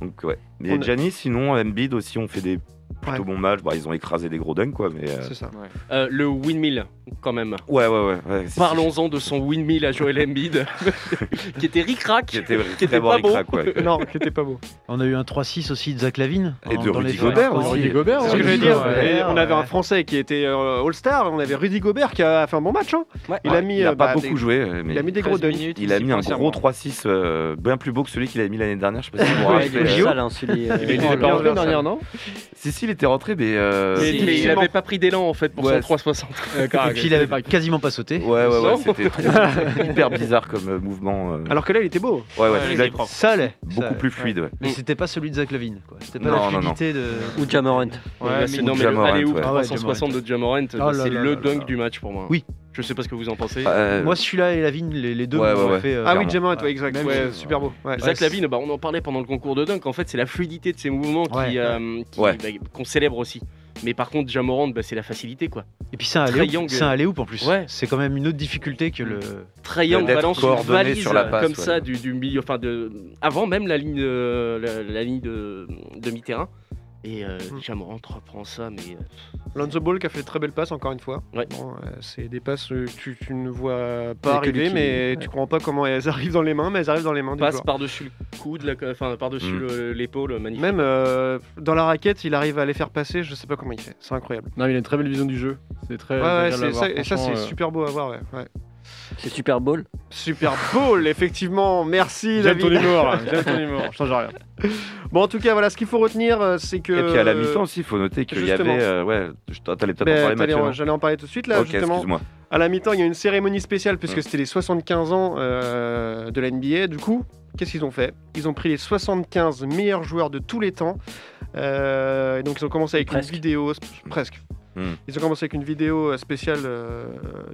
S9: Donc ouais.
S6: On
S9: Mais
S6: a-
S9: Gianni, sinon, Embiid aussi, on fait des plutôt
S6: Ouais.
S9: bons matchs. Bah, ils ont écrasé des gros dunks, quoi, mais. euh,
S6: c'est ça.
S7: Euh, le windmill, quand même.
S9: Ouais, ouais, ouais. ouais, c'est-
S7: Parlons-en de son windmill à Joel Embiid, qui était ric-rac,
S9: Qui était
S7: qui était
S9: très bon
S7: pas bon.
S9: ric-rac, ouais.
S6: Non, qui était pas beau.
S4: On a eu un 3-6 aussi de Zach Lavine.
S9: Et
S4: en-
S9: de
S4: dans
S9: Rudy
S4: les-
S9: Gobert
S4: Ouais,
S9: aussi.
S4: Rudy
S9: Gobert,
S6: C'est ce
S9: ouais.
S6: que j'allais
S9: Rudy
S6: dire.
S9: Gobert,
S6: Et on avait
S4: ouais.
S6: un Français qui était euh, All-Star, on avait Rudy Gobert qui a fait un bon match. hein. Il a mis
S9: il
S6: euh,
S9: a pas
S6: bah,
S9: beaucoup
S6: des-
S9: joué, mais
S6: Il a mis des gros
S10: 13
S6: dunks.
S10: minutes,
S9: il a
S10: s'y
S9: mis un
S10: prend
S9: gros
S10: serment.
S9: 3-6 euh, bien plus beau que celui qu'il avait mis l'année dernière. Je sais pas si vous vous
S2: hein. Ouais, il
S9: rappelez.
S2: est
S9: euh,
S2: sale, hein, celui. euh,
S7: Il est
S8: Il est
S7: Oh là
S8: pas rentré
S7: là,
S8: dernière, non
S9: Si, si, il était rentré, mais. euh,
S7: Mais, mais il
S9: ouais,
S7: n'avait pas pris d'élan en fait pour
S9: Ouais,
S7: son 360.
S4: Et puis il avait quasiment pas sauté.
S9: ouais, ouais,
S7: Non.
S9: c'était très- hyper bizarre comme euh, mouvement. euh.
S6: Alors que là, il était beau.
S9: ouais, ouais,
S7: Ouais,
S9: celui-là,
S7: il est propre.
S4: Ça allait.
S9: beaucoup plus fluide, ouais.
S4: Mais c'était pas celui de Zach Lavine. quoi. C'était pas
S9: Non,
S4: la
S9: non, non.
S4: fluidité de.
S2: Ou Jamorant.
S7: Ouais,
S10: Ouais,
S7: mais
S10: mais
S7: non, mais le
S9: Jamorant,
S7: alley-oop
S9: ouais.
S4: Ah ouais,
S7: 360 de Jamorant,
S4: Oh là
S7: c'est
S4: là
S7: le
S4: là
S7: dunk
S4: là.
S7: du match pour moi.
S4: Oui.
S7: Je sais pas ce que vous en pensez.
S9: Euh,
S4: Moi, celui-là et Lavine, les, les deux
S9: Ouais,
S4: m'ont
S9: ouais, ouais.
S4: fait. euh,
S6: Ah oui,
S9: clairement.
S6: Jamorant, ouais, exact.
S9: Même
S6: Ouais,
S9: chose.
S6: super beau. Ouais.
S7: Zach
S4: c'est-
S7: Lavine, bah, on en parlait pendant le concours de dunk. En fait, c'est la fluidité de ses mouvements qui,
S4: Ouais.
S7: euh, qui-
S9: Ouais.
S7: bah, qu'on célèbre aussi. Mais par contre, Jamorant, bah, c'est la facilité quoi.
S4: Et puis c'est un
S7: Trae
S4: alley-oop
S7: Young.
S4: c'est un alley-oop en plus.
S7: Ouais.
S4: C'est quand même une autre difficulté que le.
S7: Traillant
S9: D'être
S7: balance une
S9: coordonné
S7: valise
S9: sur la passe,
S7: comme
S9: ouais.
S7: ça du, du milieu, enfin de avant même la ligne, de- la, la ligne de demi-terrain. Et euh,
S4: Mm.
S6: Hmm.
S7: Jamorant reprend ça, mais euh,
S6: Lonzo Ball qui a fait de très belles passes encore une fois.
S7: Ouais.
S6: Bon, euh, c'est des passes euh, que tu, tu ne vois pas
S4: Il y a que lui
S6: arriver,
S4: qui-
S6: mais tu comprends pas comment elles arrivent dans les mains, mais elles arrivent dans les mains des
S7: passe
S6: joueurs.
S7: par-dessus le coude, la- enfin par-dessus
S9: Hmm.
S7: le- l'épaule, magnifique.
S6: Même euh, dans la raquette, il arrive à les faire passer, je sais pas comment il fait, c'est incroyable.
S8: Non, mais il a une très belle vision du jeu. C'est très.
S6: Ouais, ouais,
S8: agréable à
S6: c'est
S8: voir,
S6: ça, et ça c'est
S8: franchement, euh,
S6: super beau à voir, ouais. ouais.
S2: C'est Super Bowl.
S6: Super Bowl, effectivement, merci
S8: J'aime ton
S6: David.
S8: humour, j'aime ton humour, je change rien.
S6: Bon, en tout cas, voilà, ce qu'il faut retenir, euh, c'est que.
S9: Et puis à la mi-temps aussi, il faut noter qu'il y
S6: justement.
S9: avait. euh, ouais, je- t'allais peut-être en
S6: Ben,
S9: parler,
S6: t'allais-
S9: Mathieu. non
S6: J'allais en parler tout de suite là,
S9: ok,
S6: justement.
S9: excuse-moi. Mm.
S6: À la mi-temps, il y a une cérémonie spéciale puisque c'était les 75 ans euh, de la NBA. Du coup, qu'est-ce qu'ils ont fait Ils ont pris les 75 meilleurs joueurs de tous les temps. Euh, et donc, ils ont commencé avec
S2: Presque.
S6: une vidéo. sp- Presque.
S9: Mm.
S6: Ils ont commencé avec une vidéo euh, spéciale euh,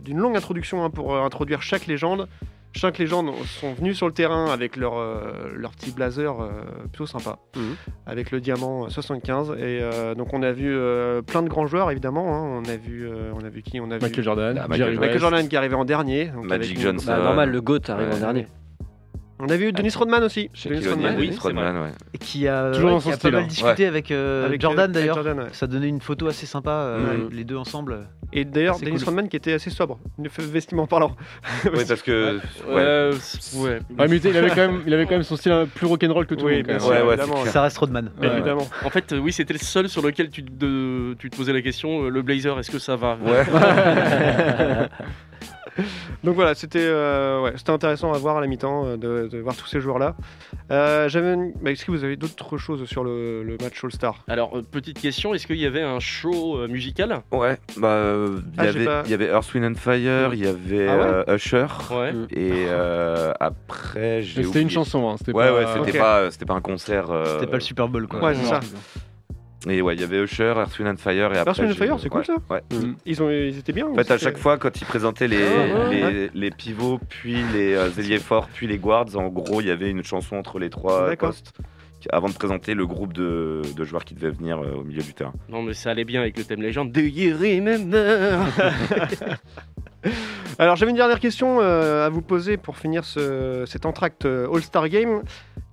S6: d'une longue introduction hein, pour euh, introduire chaque légende. Chaque légende sont venus sur le terrain avec leur, euh, leur petit blazer euh, plutôt sympa,
S2: Mhm.
S6: avec le diamant euh, 75. Et euh, donc on a vu euh, plein de grands joueurs évidemment. hein. On a vu, euh, on a vu qui On a vu
S8: Michael Jordan,
S9: Ah,
S8: Jerry
S9: Michael
S6: Michael
S8: West.
S6: Jordan qui est arrivé en dernier. donc
S9: Magic
S6: avec-
S9: Johnson.
S2: Bah,
S9: Ça-
S2: normal, le GOAT arrive
S9: Ouais.
S2: en dernier.
S6: On a vu Dennis Rodman aussi.
S9: Shaquille
S6: Dennis
S9: O'Neal,
S6: Rodman.
S7: oui,
S9: Dennis
S7: c'est vrai.
S9: Rodman, ouais.
S4: Et qui a,
S8: Toujours dans
S4: Euh, qui
S8: son
S4: a pas
S8: style,
S4: mal
S8: hein.
S4: discuté avec, euh,
S6: Avec,
S4: Jordan
S6: euh,
S4: d'ailleurs.
S6: Jordan, ouais.
S4: Ça donnait une photo assez sympa, euh, les deux ensemble.
S6: Et d'ailleurs,
S4: C'est
S6: Dennis
S4: cool.
S6: Rodman qui était assez sobre, ne- vestiment parlant.
S9: Oui, parce que.
S7: Ouais,
S9: ouais.
S7: euh, c'est- ouais.
S8: Ouais, mais il avait, quand même, il avait quand même son style euh, plus rock'n'roll que tout le
S6: Oui,
S8: monde. quand
S6: bien
S8: même.
S6: sûr,
S9: Ouais, ouais,
S6: évidemment.
S9: c'est
S6: ouais.
S9: clair.
S4: Ça reste Rodman.
S8: Ouais.
S6: Évidemment.
S7: En fait, euh, oui, c'était le seul sur lequel tu, te- de- tu te posais la question. euh, Le blazer, est-ce que ça va
S9: Ouais.
S6: Donc voilà, c'était euh, ouais, c'était intéressant à voir à la mi-temps euh, de, de voir tous ces joueurs-là. Euh, j'avais une- bah, Est-ce que vous avez d'autres choses sur le, le match All-Star
S7: Alors, euh, petite question, est-ce qu'il y avait un show euh, musical
S9: Ouais, bah, euh, il
S6: Ah,
S9: y
S6: j'ai
S9: avait-
S6: pas-
S9: il y avait Earth, Wind and Fire, il y avait
S6: Ah ouais
S9: euh, Usher,
S7: Ouais.
S9: et euh, après, j'ai
S8: Mais C'était une
S9: oublié.
S8: chanson, hein. C'était
S9: Ouais,
S8: pas-
S9: ouais, c'était
S6: Ok.
S9: pas, c'était pas un concert. euh,
S4: C'était pas le Super Bowl quoi.
S6: Ouais, c'est ça.
S9: Et ouais, il y avait Usher, Earth, Wind and Fire et après.
S6: Wind and
S9: j'ai-
S6: Fire, c'est cool,
S9: ouais,
S6: ça
S9: Ouais.
S8: Mm.
S6: Ils, ont, ils étaient bien
S9: En fait, à chaque fois, quand ils présentaient les,
S10: Oh,
S6: Ah ouais,
S9: les,
S6: ouais.
S9: les pivots, puis les euh, ailiers forts, puis les guards, en gros, il y avait une chanson entre les trois euh,
S6: D'accord.
S9: postes qui- avant de présenter le groupe de, de joueurs qui devaient venir euh, au milieu du terrain.
S7: Non, mais ça allait bien avec le thème légende. Do you remember
S6: Alors j'avais une dernière question euh, à vous poser pour finir ce- cet entracte euh, All-Star Game.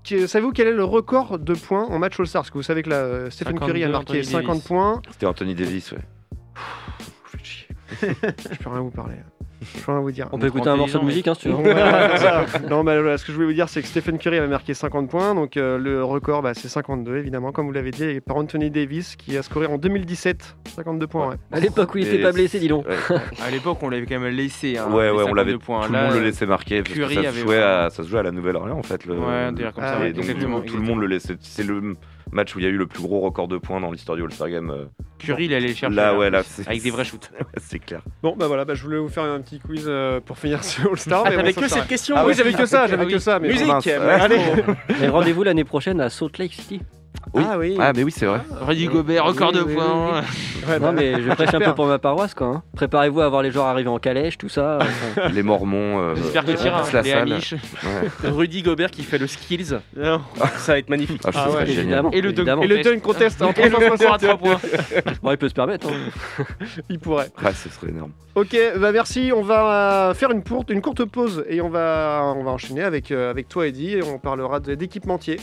S6: Qui- Savez-vous quel est le record de points en match All-Star Parce que vous savez que là, euh, Stephen Curry a
S9: 52,
S6: marqué
S9: Anthony
S6: 50
S9: Davis.
S6: points.
S9: C'était Anthony Davis, ouais.
S6: Je peux rien vous parler. Je peux rien vous dire.
S2: On peut écouter un morceau de musique, hein, si tu veux.
S6: Ouais, ouais, c'est ça. non, mais voilà, ce que je voulais vous dire, c'est que Stephen Curry avait marqué 50 points, donc euh, le record, bah, c'est 52, évidemment, comme vous l'avez dit, et par Anthony Davis, qui a scoré en 2017 52 points. ouais.
S2: À l'époque où il était pas blessé, dis donc.
S10: À l'époque, on l'avait quand même laissé. Hein,
S9: ouais,
S10: les
S9: ouais, on
S10: 52
S9: l'avait.
S10: points.
S9: Tout
S10: Là, euh,
S9: le monde le laissait marquer. Parce
S10: Curry
S9: que ça, se
S10: avait
S9: jouait à, ça se jouait à la Nouvelle-Orléans, en fait. Le,
S10: Ouais, un délire comme ça,
S9: et
S10: ouais,
S9: donc,
S10: exactement,
S9: tout, tout le monde le laissait. C'est le match où il y a eu le plus gros record de points dans l'histoire du All-Star Game. euh.
S10: Curry, il allait le chercher,
S9: Là,
S10: là,
S9: ouais, là,
S10: avec des vrais shoots.
S9: Ouais, c'est clair.
S6: Bon, bah voilà, bah, je voulais vous faire un petit quiz euh, pour finir ce All-Star.
S7: Ah,
S6: mais
S7: t'avais
S6: bon,
S7: que
S6: ça sert à
S7: cette
S6: rien.
S7: question,
S6: Ah oui,
S7: ouais.
S6: j'avais que ça,
S7: Ah
S6: j'avais
S7: oui.
S6: que ça. Mais
S7: Musique,
S6: mince.
S7: mais
S6: allez.
S2: Et rendez-vous l'année prochaine à Salt Lake City.
S9: Oui.
S6: Ah oui.
S9: Ah, mais oui, c'est vrai.
S10: Rudy Gobert, record de points.
S6: bah,
S2: Non mais je prêche un peu
S10: J'espère.
S2: pour ma paroisse quoi. hein. Préparez-vous à voir les joueurs arriver en calèche, tout ça. Enfin,
S9: Les Mormons. euh,
S7: J'espère qu'il
S9: euh,
S7: tirera,
S9: toute la
S7: les
S9: salle.
S7: Amish.
S9: Ouais.
S7: Rudy Gobert qui fait le skills. Ça va être magnifique.
S9: Ah, je trouve ça génial.
S7: Et le dunk
S2: évidemment.
S6: contest en
S7: Et le dunk à
S6: 360.
S7: trois points.
S2: Bon, il peut se permettre. hein.
S6: Il pourrait.
S9: Ah, ce serait énorme.
S6: Ok, bah merci. On va faire une, courte- une courte pause et on va, on va enchaîner avec, euh, avec toi, Eddy. Et on parlera de- d'équipementier.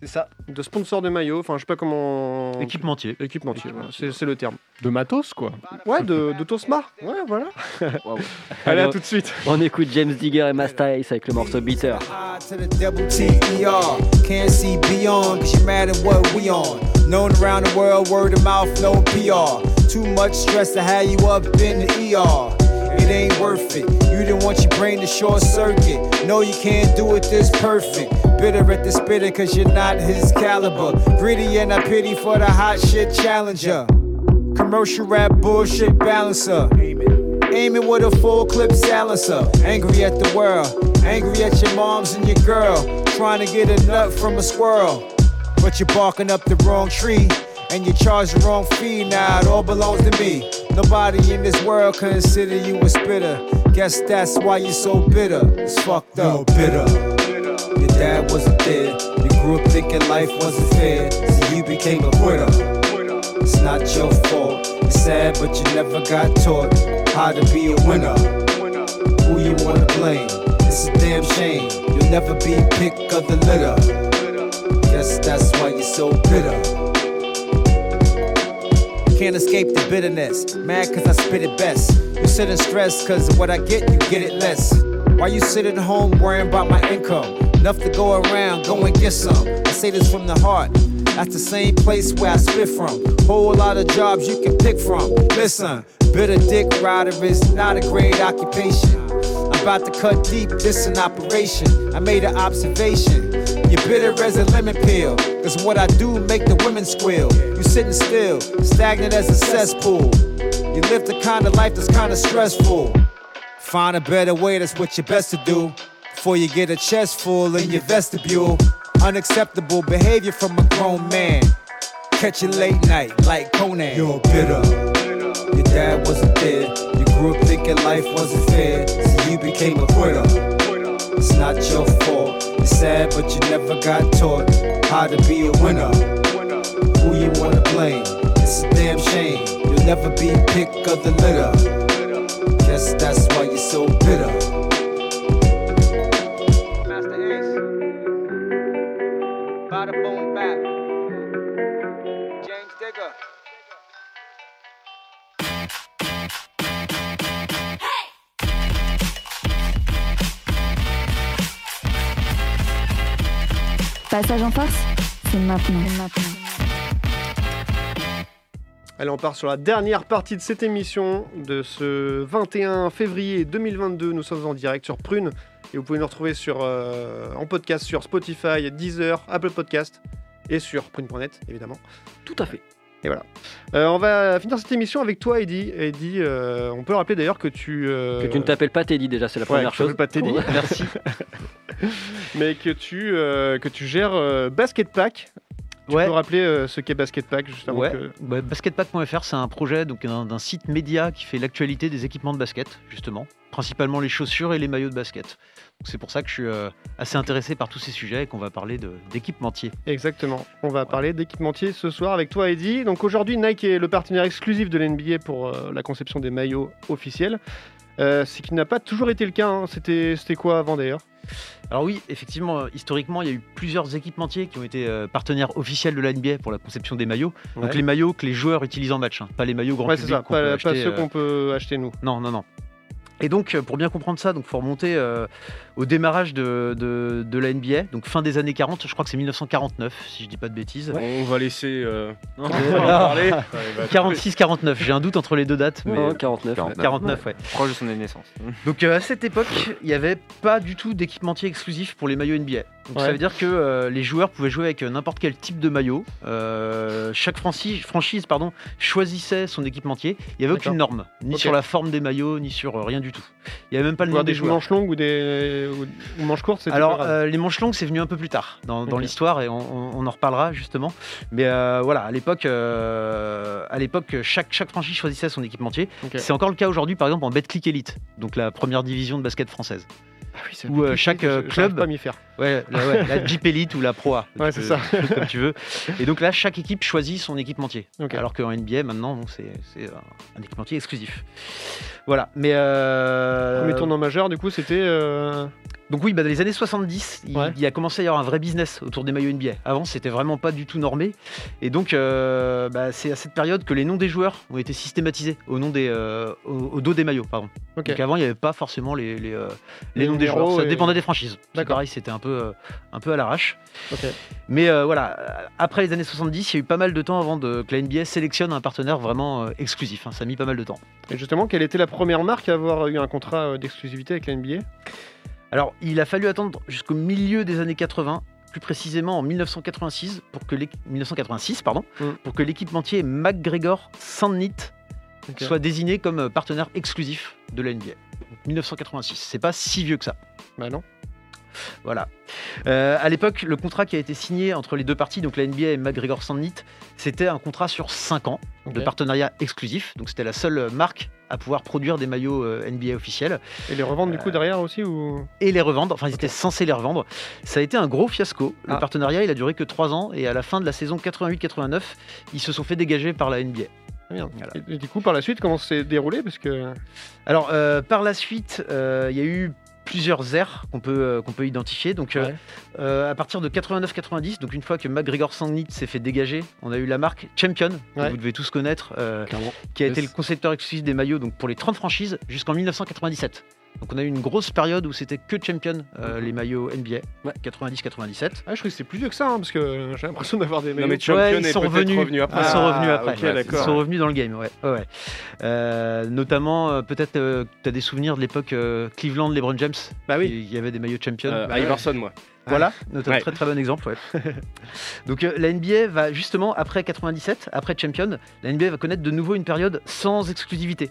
S6: C'est ça. De sponsor de maillot. Enfin, je sais pas comment.
S4: Équipementier.
S6: Équipementier, voilà, c'est c'est le terme.
S8: De matos, quoi.
S6: Ouais, de, de Tosma. Ouais, voilà.
S2: Allez,
S6: Allez, à
S2: on-
S6: tout de suite.
S2: On écoute James Digger et Masta Ace avec le morceau Bitter.
S11: to the double TER. Can't see beyond, cause you mad at what we on. Known around the world, word of mouth, no PR. Too much stress to have you up in the ER. It ain't worth it. You didn't want your brain to short circuit. No, you can't do it this perfect. Bitter at the spitter, cause you're not his caliber. Gritty and I pity for the hot shit challenger. Commercial rap bullshit balancer. Aiming with a full clip silencer. Angry at the world. Angry at your moms and your girl. Trying to get a nut from a squirrel. But you're barking up the wrong tree. And you charge the wrong fee. Now it all belongs to me. Nobody in this world consider you a spitter. Guess that's why you're so bitter. It's fucked up. bitter. Your dad wasn't there. You grew up thinking life wasn't fair. So you became a quitter. It's not your fault. It's sad, but you never got taught how to be a winner. Who you wanna blame? It's a damn shame. You'll never be pick of the litter. Guess that's why you're so bitter. Can't escape the bitterness. Mad cause I spit it best. You sit in stress cause of what I get, you get it less. Why you sit at home worrying about my income? Enough to go around, go and get some. I say this from the heart. That's the same place where I spit from. Whole lot of jobs you can pick from. Listen, bitter dick rider is not a great occupation. I'm about to cut deep, this an operation. I made an observation. You're bitter as a lemon peel. Cause what I do make the women squeal. You sitting still, stagnant as a cesspool. You live the kind of life that's kinda stressful. Find a better way, that's what you're best to do. Before you get a chest full in your vestibule. Unacceptable behavior from a grown man. Catch you late night like Conan. You're bitter. Your dad wasn't there. You grew up thinking life wasn't fair. So you became a quitter. It's not your fault. It's sad, but you never got taught how to be a winner. Who you wanna blame? It's a damn shame. You'll never be pick of the litter. Guess that's why you're so bitter. Bada boom back. James Digger.
S5: Passage en force, c'est maintenant.
S6: Allez, on part sur la dernière partie de cette émission de ce 21 février 2022. Nous sommes en direct sur Prune et vous pouvez nous retrouver sur, euh, en podcast sur Spotify, Deezer, Apple Podcast et sur prune.net évidemment.
S2: Tout à fait.
S6: Et voilà. Euh, on va finir cette émission avec toi, Eddy. Eddy, euh, on peut rappeler d'ailleurs que tu. euh,
S2: Que tu ne t'appelles pas Teddy déjà, c'est la
S6: Ouais,
S2: première
S6: que tu
S2: chose.
S6: t'appelles pas Teddy.
S2: Ouais.
S6: Merci. mais que tu, euh, que tu gères euh, Basket Pack. Tu
S4: Ouais.
S6: peux rappeler euh, ce qu'est Basket Pack juste avant
S4: Ouais.
S6: que-
S4: Bah, basketpack.fr, c'est un projet donc d'un d'un site média qui fait l'actualité des équipements de basket, justement, principalement les chaussures et les maillots de basket. Donc, C'est pour ça que je suis euh, assez intéressé par tous ces sujets et qu'on va parler de- d'équipementier.
S6: Exactement. On va parler d'équipementier ce soir avec toi, Eddy. Donc aujourd'hui, Nike est le partenaire exclusif de l'NBA pour euh, la conception des maillots officiels. Euh, ce qui n'a pas toujours été le cas. hein. C'était c'était quoi avant d'ailleurs
S4: Alors oui, effectivement, euh, historiquement, il y a eu plusieurs équipementiers qui ont été euh, partenaires officiels de la NBA pour la conception des maillots.
S6: Ouais.
S4: Donc les maillots que les joueurs utilisent en match, hein, pas les maillots grand
S6: Ouais, c'est
S4: public
S6: ça.
S4: qu'on
S6: Pas,
S4: peut
S6: pas
S4: acheter,
S6: ceux
S4: euh,
S6: qu'on peut acheter nous.
S4: Non, non, non. Et donc, euh, pour bien comprendre ça, il faut remonter euh, au démarrage de, de- de la NBA, donc fin des années 40, je crois que c'est 1949, si je dis pas de bêtises.
S7: On va laisser. euh, en
S4: Alors,
S7: parler.
S4: 46-49, j'ai un doute entre les deux dates. Mais...
S2: Non, 49,
S4: 49,
S2: ouais.
S4: ouais.
S10: Proche de son année de naissance.
S4: Donc euh, à cette époque, il n'y avait pas du tout d'équipementier exclusif pour les maillots NBA. Donc ça
S10: Ouais.
S4: veut dire que euh, les joueurs pouvaient jouer avec euh, n'importe quel type de maillot. Euh, chaque franchise, franchise pardon, choisissait son équipementier. Il n'y avait aucune
S6: D'accord.
S4: norme, ni
S6: Ok.
S4: sur la forme des maillots, ni sur euh, rien du tout. Il n'y avait même pas le
S6: Voir
S4: nom des,
S6: des
S4: joueurs.
S6: manches longues ou des ou- ou manches courtes, c'était pas
S4: Alors,
S6: grave.
S4: euh, les manches longues, c'est venu un peu plus tard dans, dans
S6: Ok.
S4: l'histoire et on, on- on en reparlera justement. Mais euh, voilà, à l'époque, euh, à l'époque, chaque, chaque franchise choisissait son équipementier.
S6: Ok.
S4: C'est encore le cas aujourd'hui, par exemple, en Betclic Elite, donc la première division de basket française.
S6: Ah c'est
S4: où euh,
S6: Betclic
S4: chaque
S6: Elite,
S4: euh,
S6: je- j'arrive
S4: club.
S6: pas à m'y faire.
S4: Ouais, la, ouais, la Jeep Elite ou la Pro A.
S6: Ouais,
S4: Tu peux-
S6: c'est ça.
S4: tu peux Comme tu veux. Et donc là, chaque équipe choisit son équipementier.
S6: Ok.
S4: Alors qu'en NBA, maintenant, bon, c'est c'est un, un équipementier exclusif. Voilà. Mais. Euh...
S6: Premier tournoi majeur, du coup, c'était. euh,
S4: Donc oui, bah, dans les années 70, il, il a commencé à y avoir un vrai business autour des maillots NBA. Avant, c'était vraiment pas du tout normé. Et donc, euh, bah, c'est à cette période que les noms des joueurs ont été systématisés au, nom des, euh, au, au dos des maillots. Pardon.
S6: Ok.
S4: Donc avant, il n'y avait pas forcément les, les, euh, les
S6: Les
S4: noms des
S6: numéros
S4: joueurs. Ça
S6: et-
S4: dépendait des franchises. C'est Pareil, c'était un peu, euh, un peu à l'arrache.
S6: Ok.
S4: Mais euh, voilà, après les années 70, il y a eu pas mal de temps avant de, que la NBA sélectionne un partenaire vraiment euh, exclusif. hein. Ça a mis pas mal de temps.
S6: Et justement, quelle était la première marque à avoir eu un contrat euh, d'exclusivité avec la NBA
S4: Alors, il a fallu attendre jusqu'au milieu des années 80, plus précisément en 1986, pour que l'équ- 1986, pardon,
S6: Mm.
S4: pour que l'équipementier McGregor Sandnit
S6: Ok.
S4: soit désigné comme euh, partenaire exclusif de la NBA. 1986, c'est pas si vieux que ça.
S6: Bah non.
S4: Voilà. Euh, à l'époque, le contrat qui a été signé entre les deux parties, donc la NBA et McGregor Sandnit, c'était un contrat sur 5 ans de
S6: Ok.
S4: partenariat exclusif. Donc c'était la seule euh, marque à pouvoir produire des maillots euh, NBA officiels
S6: Et les revendre du coup derrière aussi ou
S4: Euh, et les revendre. Enfin, ils étaient censés les revendre. Ça a été un gros fiasco. Le
S6: Ah.
S4: partenariat, il a duré que 3 ans. Et à la fin de la saison 88-89, ils se sont fait dégager par la NBA.
S6: Ah, merde. Et, et du coup, par la suite, comment s'est déroulé Parce que.
S4: Alors, euh, par la suite, euh, il y a eu plusieurs aires qu'on peut, euh, qu'on peut identifier. Donc, euh, euh, à partir de 89-90, donc une fois que McGregor Sangnit s'est fait dégager, on a eu la marque Champion, que
S6: Ouais.
S4: vous devez tous connaître, euh, qui a été le concepteur exclusif des maillots donc pour les 30 franchises jusqu'en 1997. Donc, on a eu une grosse période où c'était que Champion, euh, les maillots NBA, 90-97.
S6: Mhm. Ah, je crois que c'est plus vieux que ça, hein, parce que euh, j'ai l'impression d'avoir des. maillots.
S4: Ouais, ils sont revenus. Ils sont revenus après.
S6: Ah, Ok,
S4: Ouais,
S6: d'accord.
S4: Ils sont revenus dans le game, ouais. ouais, ouais. Euh, notamment, euh, peut-être, tu as des souvenirs de l'époque euh, Cleveland, LeBron James. Bah oui. Il y avait des maillots champions.
S7: Euh,
S4: Bah ouais.
S7: Iverson, moi.
S4: Voilà,
S7: Ouais.
S4: notre
S7: Ouais.
S4: très très bon exemple. ouais. Donc euh, la NBA va justement après 97, après Champion, la NBA va connaître de nouveau une période sans exclusivité.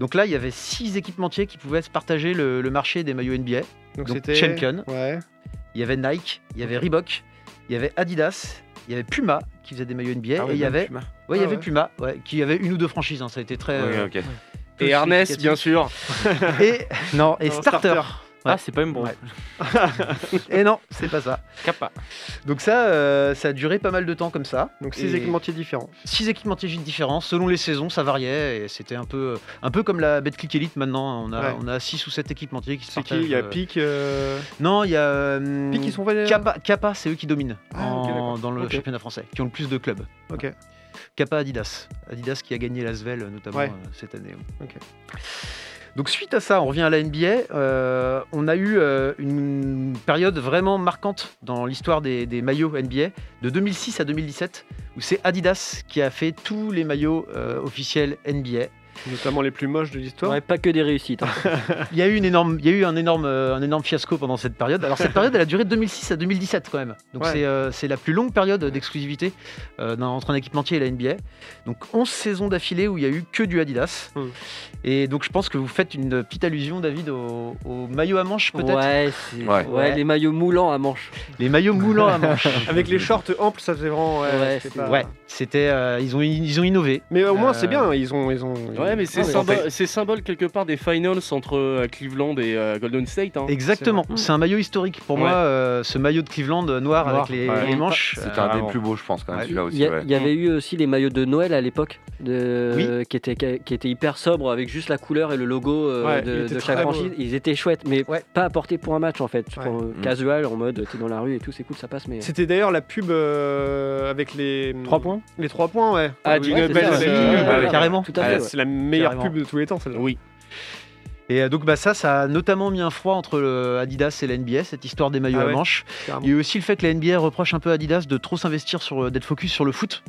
S4: Donc là, il y avait six équipementiers qui pouvaient se partager le, le marché des maillots NBA.
S6: Donc
S4: Donc,
S6: c'était-
S4: Champion, il y avait Nike, il y avait Reebok, il y avait Adidas, il y avait Puma qui faisait des maillots NBA
S7: Ah ouais,
S4: et il y
S7: même
S4: avait
S7: Puma.
S4: Ouais, il y
S7: Ah
S4: avait
S7: ouais.
S4: Puma, ouais, qui avait une ou deux franchises, hein, ça a été très
S7: Ouais,
S4: euh,
S7: ok.
S4: peu
S7: Et Harness,
S4: significatif.
S7: bien sûr.
S4: Et non, et
S7: Non,
S4: Starter.
S7: Starter.
S10: Ah, c'est pas une bombe.
S4: et non, c'est pas ça.
S10: Kappa.
S4: Donc ça, euh, ça a duré pas mal de temps comme ça.
S6: Donc
S4: ces
S6: six équipementiers différents.
S4: Six équipementiers différents, selon les saisons, ça variait et c'était un peu, un peu comme la Betclic Elite maintenant. hein. On a,
S6: Ouais.
S4: on a six ou sept équipementiers qui se
S6: C'est qui Il y a
S4: partagent, euh,
S6: Pic. euh,
S4: Non, il y a euh,
S6: Pic, ils sont valés-
S4: Kappa, Kappa, c'est eux qui dominent
S6: Ah, ok,
S4: en-
S6: d'accord.
S4: dans le
S6: Ok.
S4: championnat français, qui ont le plus de clubs.
S6: Ok.
S4: Kappa Adidas. Adidas qui a gagné l'Asvel euh, notamment
S6: Ouais.
S4: euh, cette année.
S6: Ok.
S4: Donc suite à ça, on revient à la NBA. euh, on a eu euh, une période vraiment marquante dans l'histoire des, des maillots NBA de 2006 à 2017, où c'est Adidas qui a fait tous les maillots euh, officiels NBA.
S6: Notamment les plus moches de l'histoire.
S4: Ouais,
S2: pas que des réussites. hein.
S4: il y a eu, une énorme, il y a eu un, énorme, euh, un énorme fiasco pendant cette période. Alors cette période, elle a duré de 2006 à 2017 quand même. Donc
S6: Ouais.
S4: c'est euh, c'est la plus longue période d'exclusivité euh, d'un- entre un équipementier et la NBA. Donc 11 saisons d'affilée où il y a eu que du Adidas.
S6: Hum.
S4: Et donc je pense que vous faites une petite allusion, David, au, au maillot à manches peut-être
S2: Ouais, c'est- Ouais. ouais, les maillots moulants à manches.
S4: Les maillots moulants à manches.
S6: Avec les shorts amples, ça faisait vraiment. Ouais,
S4: Ouais,
S6: c'était pas-
S4: ouais, c'était, euh, ils, ont, ils ont innové.
S6: Mais au moins, c'est
S4: Euh,
S6: bien, ils ont, ils ont, ils ont
S7: Ouais, mais
S10: Ah,
S7: c'est
S4: Non, mais-
S7: symbole, c'est symbole quelque part des finals entre euh, Cleveland et euh, Golden State. hein.
S4: Exactement, c'est un maillot historique pour
S7: Ouais.
S4: moi, euh, ce maillot de Cleveland euh, noir,
S7: Noir.
S4: avec les,
S7: Ouais.
S4: les manches.
S9: C'était un des plus beaux, je pense,
S4: Ah,
S9: quand même, celui-là
S2: Ah, Il
S9: aussi,
S2: y, a-
S9: ouais.
S2: il y avait eu aussi les maillots de Noël à l'époque, de- qui, étaient, qui étaient hyper sobres avec juste la couleur et le logo euh,
S4: Ouais, ils
S2: de,
S4: étaient
S2: de chaque
S4: très beaux.
S2: franchise. Ils étaient chouettes, mais pas apportés pour un match en fait. Pour, euh,
S6: Mm.
S2: Casual, en mode t'es dans la rue et tout, c'est cool, ça passe. Mais
S6: C'était d'ailleurs la pub euh, avec les. 3
S8: points
S6: Les 3 points, ouais.
S2: Ah, Jingle
S6: c'est
S2: Bells,
S6: ça,
S2: euh,
S6: c'est-
S2: Jingle Bells,
S6: ouais,
S4: carrément. Euh, Ah,
S6: Tout à fait. C'est la meilleure pub de tous les temps, celle-là.
S7: Oui.
S4: Et euh, donc bah, ça, ça a notamment mis un froid entre le Adidas et la NBA, cette histoire des maillots
S6: Ah
S4: à
S6: ouais,
S4: manches.
S6: carrément.
S4: Il y a eu aussi le fait que la NBA reproche un peu à Adidas de trop s'investir sur, euh, d'être focus sur le foot.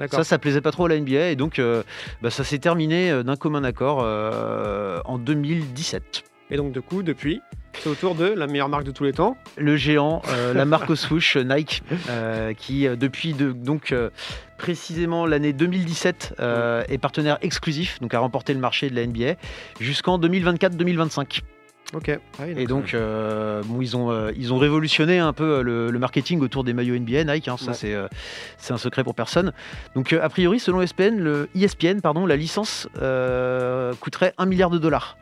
S6: D'accord.
S4: Ça, ça plaisait pas trop à la NBA et donc euh, bah, ça s'est terminé euh, d'un commun accord euh, en 2017.
S6: Et donc, du coup, depuis, c'est autour de la meilleure marque de tous les temps.
S4: le géant, euh, la marque au swoosh euh, Nike, euh, qui euh, depuis de- donc euh, précisément l'année 2017 euh, est partenaire exclusif, donc a remporté le marché de la NBA jusqu'en 2024-2025.
S6: Ok. Ah oui,
S4: Et donc, euh, bon, ils, ont, euh, ils ont révolutionné un peu euh, le, le marketing autour des maillots NBA, Nike. hein, ça,
S6: Ouais.
S4: c'est euh, c'est un secret pour personne. Donc, euh, a priori, selon ESPN, le, E ESPN, pardon, la licence euh, coûterait 1 milliard de dollars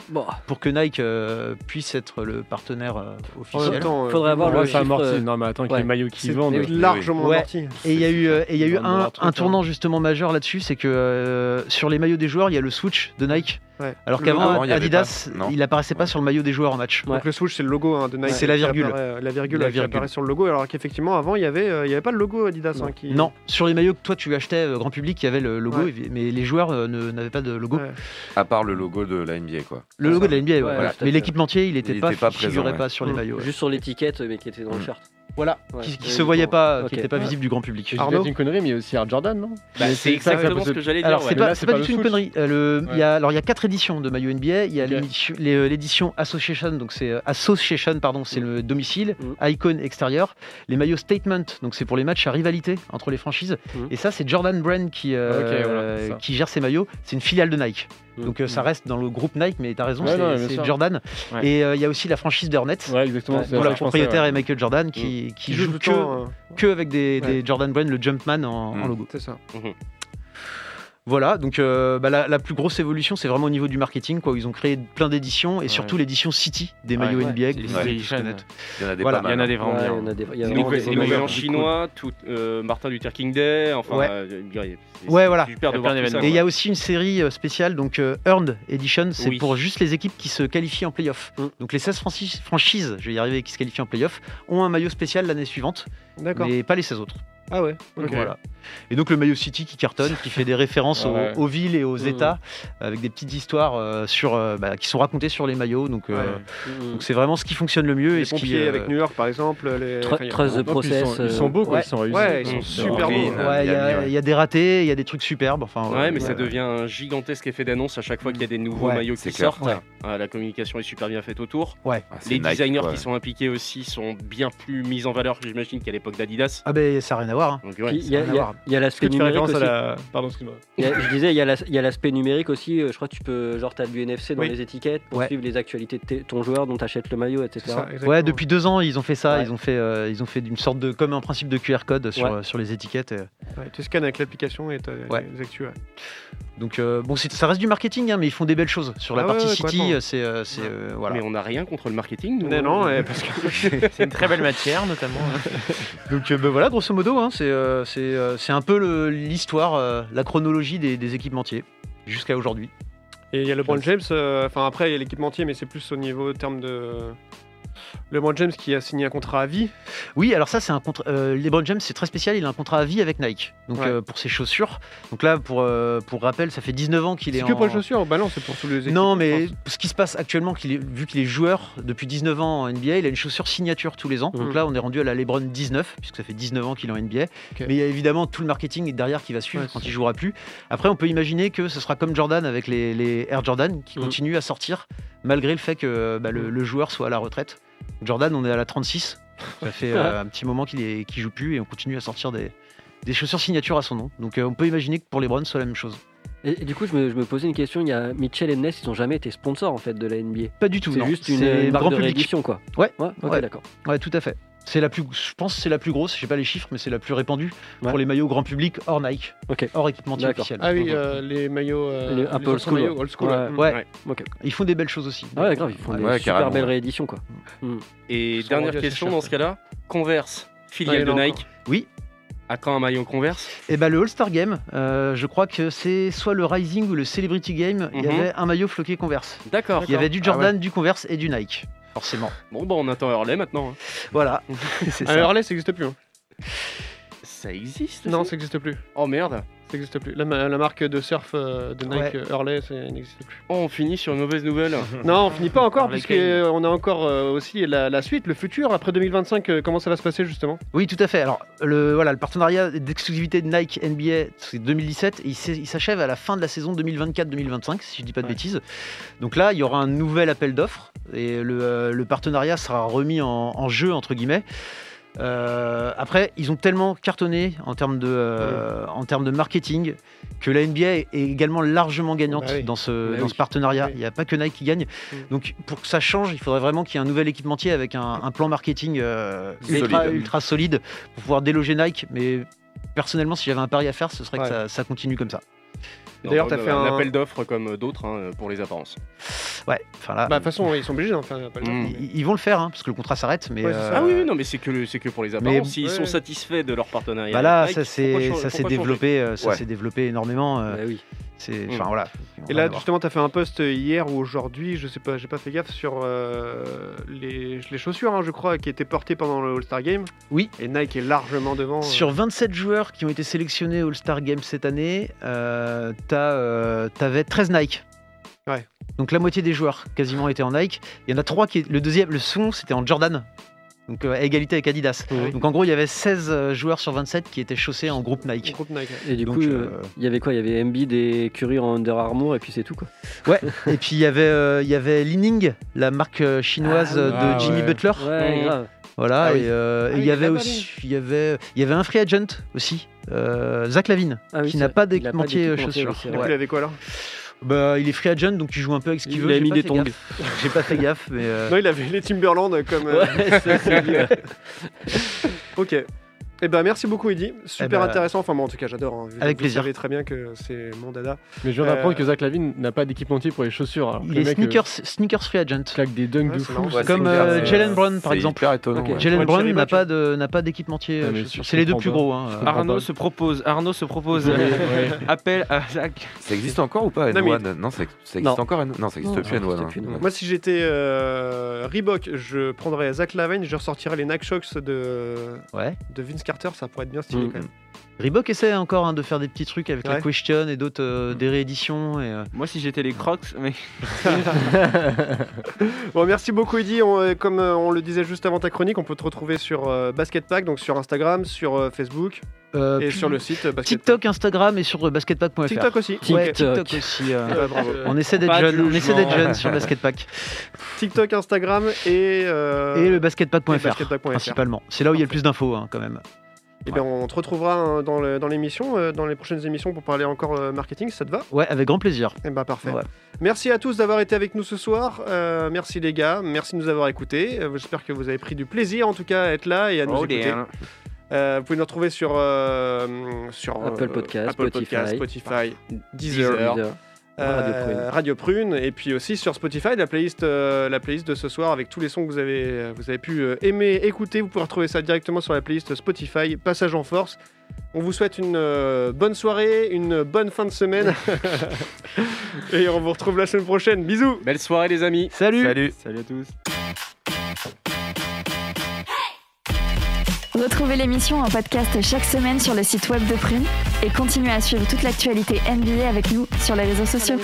S4: pour que Nike euh, puisse être le partenaire euh, officiel.
S6: même temps, euh, Faudrait avoir
S8: le chiffre, euh, Non, mais attends, avec les maillots qu'ils C'est vendent, euh, largement
S4: Ouais.
S8: amorti.
S4: Et il y a eu, euh, et il y a eu
S8: Ils vendent
S4: un,
S8: leur truc,
S4: un
S8: hein.
S4: tournant justement majeur là-dessus, c'est que euh, sur les maillots des joueurs, il y a le switch de Nike.
S6: Ouais.
S4: Alors
S6: Le-
S4: qu'avant,
S6: Avant, il y avait
S4: Adidas,
S6: pas. Non.
S4: il apparaissait pas sur le maillot des joueurs en match.
S6: Donc le swoosh, c'est le logo hein, de Nike.
S4: C'est la
S6: qui
S4: virgule.
S6: apparaît, euh, la virgule,
S4: La
S6: ouais, qui
S4: virgule.
S6: apparaît sur le logo. Alors qu'effectivement, avant, il n'y avait, euh, il y avait pas le logo Adidas. hein, qui...
S4: Non, sur les maillots que toi tu achetais, euh, grand public, il y avait le logo, et- mais les joueurs euh, ne- n'avaient pas de logo.
S9: À part le logo de la NBA, quoi. Ah,
S4: Le logo de la NBA, ouais.
S9: Voilà.
S4: mais l'équipementier, il n'était
S9: Il
S4: pas,
S9: était pas
S4: figurait
S9: présent, ouais.
S4: pas sur les
S6: Mmh.
S9: Mm.
S4: maillots. ouais.
S2: Juste sur l'étiquette, mais qui était dans le shirt.
S4: Voilà,
S2: Ouais.
S4: qui, qui
S2: Et
S4: se
S2: du
S4: voyait
S2: coup,
S4: pas,
S2: ok.
S4: qui n'était pas
S2: Ouais.
S4: visible du grand public.
S8: Je dis peut-être une connerie, mais il y a aussi Air Jordan, non
S7: Bah,
S8: Mais
S7: c'est exactement ce que j'allais dire,
S4: Alors,
S7: ouais.
S4: c'est
S7: Mais là,
S4: pas,
S7: c'est
S4: c'est pas
S7: pas
S4: du
S7: le
S4: tout une
S7: foot.
S4: connerie. Euh, le- il y
S7: Ouais.
S4: a, alors, il y a quatre éditions de maillot NBA. Il y a l'édition- les- euh, l'édition Association, donc c'est euh, Association, pardon, c'est
S8: Mm.
S4: le domicile, Icon extérieur. Les maillots Statement, donc c'est pour les matchs à rivalité entre les franchises. Et ça, c'est Jordan Brand qui, euh,
S8: Mm. Ok, voilà, c'est ça. Mm.
S4: qui gère ces maillots. C'est une filiale de Nike. Donc euh, ça reste dans le groupe Nike, mais t'as raison,
S8: Ouais,
S4: c'est-
S8: non, mais bien
S4: c'est
S8: sûr.
S4: Jordan.
S8: Ouais.
S4: Et euh, il y a aussi la franchise des Hornets,
S8: exactement, c'est
S4: dont le
S8: à ça que je pensais,
S4: propriétaire
S8: ouais.
S4: est Michael Jordan, qui, qui
S6: Mm. joue
S4: joue,
S6: tout le
S4: que,
S6: temps, euh,
S4: que avec des, des
S6: Ouais. Mm. Mm-hmm.
S4: Jordan Brand, le Jumpman en, en logo.
S6: C'est ça.
S4: Voilà, donc euh, bah, la, la plus grosse évolution, c'est vraiment au niveau du marketing, quoi. Ils ont créé plein d'éditions et surtout l'édition City des maillots
S10: Ouais.
S4: NBA. que
S10: Ouais.
S4: vous devez
S10: Ouais.
S4: tous connaître.
S10: Il y en a des
S4: Voilà.
S10: pas mal, Il y en a des vraiment hein. bien. Ouais, il y en a des- il y en a vraiment des
S7: Les
S10: maillots
S7: maillons
S10: cool.
S7: chinois, tout, euh, Martin Luther King Day, enfin,
S4: Ouais.
S7: euh, il y a- c'est-
S4: Ouais,
S7: c'est
S4: voilà.
S7: super de voir tout ça,
S4: Et il y a
S7: quoi.
S4: aussi une série euh, spéciale, donc euh, Earned Edition, c'est
S7: Oui.
S4: pour juste les équipes qui se qualifient en playoff.
S6: Mm.
S4: Donc les 16 franchi- franchises, je vais y arriver, qui se qualifient en playoff, ont un maillot spécial l'année suivante,
S6: D'accord.
S4: mais pas les 16 autres.
S6: Ah ouais.
S4: Donc,
S6: ok.
S4: voilà. Et donc le maillot City qui cartonne, qui fait des références
S6: Ah
S4: aux,
S6: ouais.
S4: aux villes et aux
S6: Mhm.
S4: États, avec des petites histoires euh, sur, euh, bah, qui sont racontées sur les maillots. Donc euh,
S6: Mhm.
S4: donc c'est vraiment ce qui fonctionne le mieux. et
S6: Les
S4: ce qui,
S6: pompiers
S4: euh,
S6: avec New York, par exemple. Les...
S4: Tru- trust the
S6: hop,
S4: process,
S6: Ils sont,
S4: euh,
S6: ils sont beaux, quoi.
S4: ouais.
S6: Ils sont réussis.
S4: Ouais,
S6: ils
S4: ils
S6: sont
S4: sont
S6: super
S4: Ouais,
S6: beaux.
S4: Il y, a- il y a des ratés, il y a des trucs superbes. Enfin,
S7: Ouais, mais ça
S4: voilà.
S7: devient un gigantesque effet d'annonce à chaque fois qu'il y a des nouveaux
S4: Ouais,
S7: maillots
S4: c'est
S7: qui
S4: clair.
S7: sortent.
S4: Ouais.
S7: Ah, la communication est super bien faite autour.
S4: Ouais. Ah, c'est
S7: les
S4: Nike,
S7: designers
S4: quoi.
S7: qui sont impliqués aussi sont bien plus mis en valeur, j'imagine, qu'à l'époque d'Adidas.
S4: Ah ben ça n'a rien à voir. hein.
S7: Donc, ouais,
S2: Il y a- il y
S7: ça n'a
S2: a-
S7: rien à voir.
S2: il y a l'aspect
S7: Est-ce que tu fais
S2: numérique aussi.
S7: référence à la-
S8: Pardon, excuse-moi.
S2: Il y a- je disais, il y a la- il y a l'aspect numérique aussi. euh, Je crois que tu peux, genre, t'as du NFC dans
S4: Oui.
S2: les étiquettes pour
S4: Ouais.
S2: suivre les actualités de tes- ton joueur dont t'achètes le maillot, etc.
S4: Ouais, depuis deux ans, ils ont fait ça.
S2: Ouais.
S4: Ils ont fait, euh, ils ont fait d'une sorte de, comme un principe de QR code sur,
S6: Ouais.
S4: euh, sur les étiquettes. euh.
S6: Ouais, tu scannes avec l'application et t'as
S4: Ouais.
S6: les actus. ouais.
S4: Donc euh, bon, c'est- ça reste du marketing, hein, mais ils font des belles choses sur la
S6: Ah ouais,
S4: partie
S6: ouais,
S4: City.
S6: complètement.
S4: euh, C'est, euh, c'est, euh, voilà.
S7: Mais on n'a rien contre le marketing. nous. hein.
S4: Mais non, ouais, parce que-
S10: c'est une très belle matière, notamment. hein.
S4: Donc euh, ben voilà, grosso modo, hein, c'est, euh, c'est, euh, c'est un peu le- l'histoire, euh, la chronologie des, des équipementiers jusqu'à aujourd'hui.
S6: Et il y a LeBron James, euh, enfin après il y a l'équipementier, mais c'est plus au niveau terme de. LeBron James qui a signé un contrat à vie.
S4: Oui, alors ça, c'est un contrat. euh, LeBron James, c'est très spécial. Il a un contrat à vie avec Nike. Donc
S6: Ouais.
S4: euh, pour ses chaussures. Donc là, pour, euh, pour rappel, ça fait 19 ans qu'il est,
S6: C'est que
S4: en-
S6: pour les chaussures Bah non, c'est pour tous les équipes.
S4: Non, mais ce qui se passe actuellement, qu'il est- vu qu'il est joueur depuis 19 ans en NBA, il a une chaussure signature tous les ans. Donc
S6: Mhm.
S4: là, on est rendu à la LeBron 19, puisque ça fait 19 ans qu'il est en NBA. Mais il y a évidemment tout le marketing derrière qui va suivre
S6: Ouais,
S4: quand
S6: c'est
S4: il jouera plus. Après, on peut imaginer que ce sera comme Jordan avec les, les Air Jordan
S6: Mm.
S4: qui continuent à sortir malgré le fait que bah, le, le joueur soit à la retraite. Jordan, on est à la 36. Ça fait euh, un petit moment qu'il est- qu'il joue plus et on continue à sortir des, des chaussures signature à son nom. Donc euh, on peut imaginer que pour LeBron, ce soit la même chose.
S2: Et, et du coup, je me, je me posais une question. Il y a Mitchell et Ness, ils n'ont jamais été sponsors en fait de la NBA.
S4: Pas du tout,
S2: C'est
S4: non.
S2: juste une, euh,
S4: C'est
S2: une marque
S4: grand
S2: de
S4: public.
S2: réédition, quoi.
S4: Ouais.
S2: Ouais. Ok,
S4: Ouais.
S2: d'accord.
S4: Ouais, tout à fait. C'est la plus, je pense que c'est la plus grosse, je sais pas les chiffres, mais c'est la plus répandue pour les maillots grand public hors Nike, hors équipementier
S6: D'accord.
S4: officiel.
S6: Ah oui, euh, les maillots. euh,
S4: Les-
S6: les anciens maillots old school, ouais. Mm.
S4: Ouais. Ils font des belles choses aussi.
S2: Ah Ouais, grave, ils font des super belles rééditions quoi.
S7: Et
S2: sont
S7: dernière
S2: rendus assez
S7: question
S2: chers,
S7: dans ce cas-là Converse,
S4: Ah, il
S7: filiale
S4: y
S7: de
S4: en a
S7: Nike.
S4: Oui.
S7: À quand un maillot Converse
S4: Et ben le All-Star Game, euh, je crois que c'est soit le Rising ou le Celebrity Game, il y
S7: Mhm.
S4: avait un maillot floqué Converse.
S7: D'accord.
S4: Il y avait du Jordan,
S7: Ah ouais.
S4: du Converse et du Nike, forcément.
S7: Bon, bah on attend Hurley maintenant.
S4: Voilà.
S6: Un Hurley, ça existe plus. hein.
S7: Ça existe
S6: Non, ça n'existe plus.
S7: Oh merde.
S6: Ça n'existe plus. La, ma- la marque de surf euh, de Nike
S7: Ouais.
S6: euh, Hurley, ça n'existe plus.
S7: Oh, on finit sur une mauvaise nouvelle.
S6: Non, on finit pas encore,
S7: Harley
S6: puisque
S7: Quinn.
S6: euh, on a encore euh, aussi la, la suite, le futur, après 2025, euh, comment ça va se passer justement
S4: Oui, tout à fait. Alors, le, voilà, le partenariat d'exclusivité de Nike NBA, c'est 2017, et il s'est- il s'achève à la fin de la saison 2024-2025, si je dis pas de bêtises. Donc là, il y aura un nouvel appel d'offres, et le, euh, le partenariat sera remis en, en jeu, entre guillemets. Euh, après, ils ont tellement cartonné en termes de, euh, en termes de marketing que la NBA est également largement gagnante
S10: Bah oui.
S4: dans ce,
S10: Bah
S4: dans
S10: oui.
S4: ce partenariat. Il n'y a pas que Nike qui gagne. Donc pour que ça change, il faudrait vraiment qu'il y ait un nouvel équipementier avec un, un plan marketing euh, ultra,
S10: Solide.
S4: ultra solide pour pouvoir déloger Nike. Mais personnellement, si j'avais un pari à faire, ce serait que ça, ça continue comme ça.
S7: Non, on a un appel d'offres comme d'autres hein, pour les apparences.
S4: Ouais, enfin là.
S6: Bah, de toute façon, ils sont obligés d'en faire un appel.
S4: Ils ils vont le faire, hein, parce que le contrat s'arrête. Mais
S6: Ouais, c'est ça.
S4: euh,
S7: Ah oui, oui, non, mais c'est que, le- c'est que pour les apparences. S'ils
S6: ouais.
S7: sont satisfaits de leur partenariat.
S4: bah là,
S7: avec
S4: ça
S7: Nike,
S4: s'est
S7: pourquoi
S4: ça
S7: changer-
S4: s'est
S7: pourquoi changer
S4: développé, euh, ça
S7: Ouais.
S4: s'est développé énormément. euh,
S6: Mm.
S4: C'est, enfin voilà.
S6: Mmh. Et là, justement, tu as fait un post hier ou aujourd'hui, je sais pas, j'ai pas fait gaffe sur euh, les, les chaussures, hein, je crois, qui étaient portées pendant le All-Star Game.
S4: Oui.
S6: Et Nike est largement devant. euh.
S4: Sur 27 joueurs qui ont été sélectionnés au All-Star Game cette année, euh, t'as, euh, t'avais 13 Nike.
S6: Ouais.
S4: Donc la moitié des joueurs quasiment étaient en Nike. Il y en a trois qui. Le deuxième, le second, c'était en Jordan. Donc euh, à égalité avec Adidas. Donc en gros, il y avait 16 euh, joueurs sur 27 qui étaient chaussés en groupe Nike.
S2: Et du
S4: Donc,
S2: coup, euh, il
S4: euh,
S2: y avait quoi Il y avait Embiid et Curry en Under Armour et puis c'est tout quoi.
S4: Ouais, et puis il y avait, euh, il y avait Lining, la marque euh, chinoise
S2: Ah oui.
S4: euh, de
S2: Ah
S4: Jimmy
S2: ouais.
S4: Butler.
S2: Ouais, grave.
S4: Voilà,
S2: Ah oui.
S4: et euh,
S2: Ah
S4: et il
S2: oui,
S4: y avait
S2: là-bas,
S4: aussi, il y avait, il y avait un free agent aussi, euh, Zach Lavine,
S6: Ah
S4: qui n'a pas d'équipementier euh,
S6: d'équipementier,
S4: chaussures.
S6: oui, c'est vrai. Du coup, il avait quoi, alors
S4: Bah, il est free agent, donc il joue un peu avec ce qu'il
S6: Il
S4: veut.
S6: a
S4: j'ai
S6: mis
S4: pas
S6: des
S4: fait
S6: tongs.
S4: gaffe. J'ai pas fait gaffe, mais. euh,
S6: Non, il avait les Timberland comme. euh,
S4: Ouais, c'est- c'est lui.
S6: ok. Eh ben merci beaucoup Eddy,
S4: Eh
S6: super
S8: ben,
S6: intéressant. Enfin moi en tout cas j'adore. hein.
S8: avec
S6: vous
S8: plaisir.
S6: savez très bien que c'est mon dada.
S8: Mais je viens
S6: Euh,
S8: d'apprendre que Zach Lavine n'a pas d'équipementier pour les chaussures. Alors que
S4: Il
S8: le
S4: est
S8: mec, euh,
S4: sneakers, sneakers free agent.
S8: claque des dunks de
S4: Ouais,
S8: fou.
S4: c'est marrant. Comme euh, Jalen Brown par exemple. Ok. Jalen Brown n'a pas de- n'a pas d'équipementier. euh, chaussures. C'est les deux plus gros. hein.
S10: Arnaud se propose. Arnaud se propose.
S4: Ouais,
S10: euh,
S4: ouais.
S10: Appel à Zach.
S9: Ça existe encore ou pas,
S10: Non,
S9: N1
S10: mais-
S9: Non, ça ex- ça existe
S10: Non.
S9: encore N- Non, ça existe
S10: Non,
S9: plus,
S10: ça
S9: N1.
S10: existe plus,
S9: hein.
S10: non.
S6: Moi si j'étais euh, Reebok, je prendrais Zach Lavine, je ressortirais les Nike Shocks de
S4: Ouais. Mm,
S6: de Vince Carter, ça pourrait être bien stylé quand même.
S4: Reebok essaie encore hein, de faire des petits trucs avec
S6: Ouais. Mm.
S4: la Question et d'autres euh, des rééditions. Et, euh,
S10: Moi, si j'étais les Crocs, mais.
S6: Bon, merci beaucoup Eddy. On, euh, comme euh, on le disait juste avant ta chronique, on peut te retrouver sur euh, Basket Pack, donc sur Instagram, sur euh, Facebook
S4: euh,
S6: et
S4: plus-
S6: sur le site euh, Basket
S4: TikTok, Instagram et sur euh, basketpack.fr.
S6: TikTok aussi.
S4: Ouais,
S6: Ok.
S4: Tiktok aussi. euh,
S6: Ah, bravo.
S4: on essaie d'être
S6: Pas de
S4: jeune. On essaie d'être
S6: jugement.
S4: jeune sur basketpack
S6: TikTok, Instagram et euh,
S4: et le basketpack.fr
S6: et basketpack.fr.
S4: principalement. C'est là où il y a le plus d'infos hein, quand même.
S6: Eh bien, on te retrouvera hein, dans le- dans l'émission, euh, dans les prochaines émissions pour parler encore euh, marketing, si ça te va
S4: Ouais, avec grand plaisir.
S6: Eh ben parfait. Merci à tous d'avoir été avec nous ce soir. Euh, merci les gars, merci de nous avoir écoutés. Euh, J'espère que vous avez pris du plaisir en tout cas à être là et à nous
S10: Oh,
S6: écouter.
S10: damn.
S6: Euh, vous pouvez nous retrouver sur, euh, sur
S2: Apple
S6: euh,
S2: Podcast,
S6: Apple Podcast,
S2: Spotify,
S6: Spotify, Deezer,
S2: Deezer,
S6: euh,
S2: Radio Prune.
S6: Radio Prune, et puis aussi sur Spotify la playlist, euh, la playlist de ce soir avec tous les sons que vous avez, vous avez pu euh, aimer, écouter. Vous pouvez retrouver ça directement sur la playlist Spotify. Passage en force. On vous souhaite une euh, bonne soirée, une bonne fin de semaine. Et on vous retrouve la semaine prochaine. Bisous.
S7: Belle soirée les amis.
S4: Salut.
S10: Salut. Salut à tous.
S5: Retrouvez l'émission en podcast chaque semaine sur le site web de Prune et continuez à suivre toute l'actualité NBA avec nous sur les réseaux sociaux.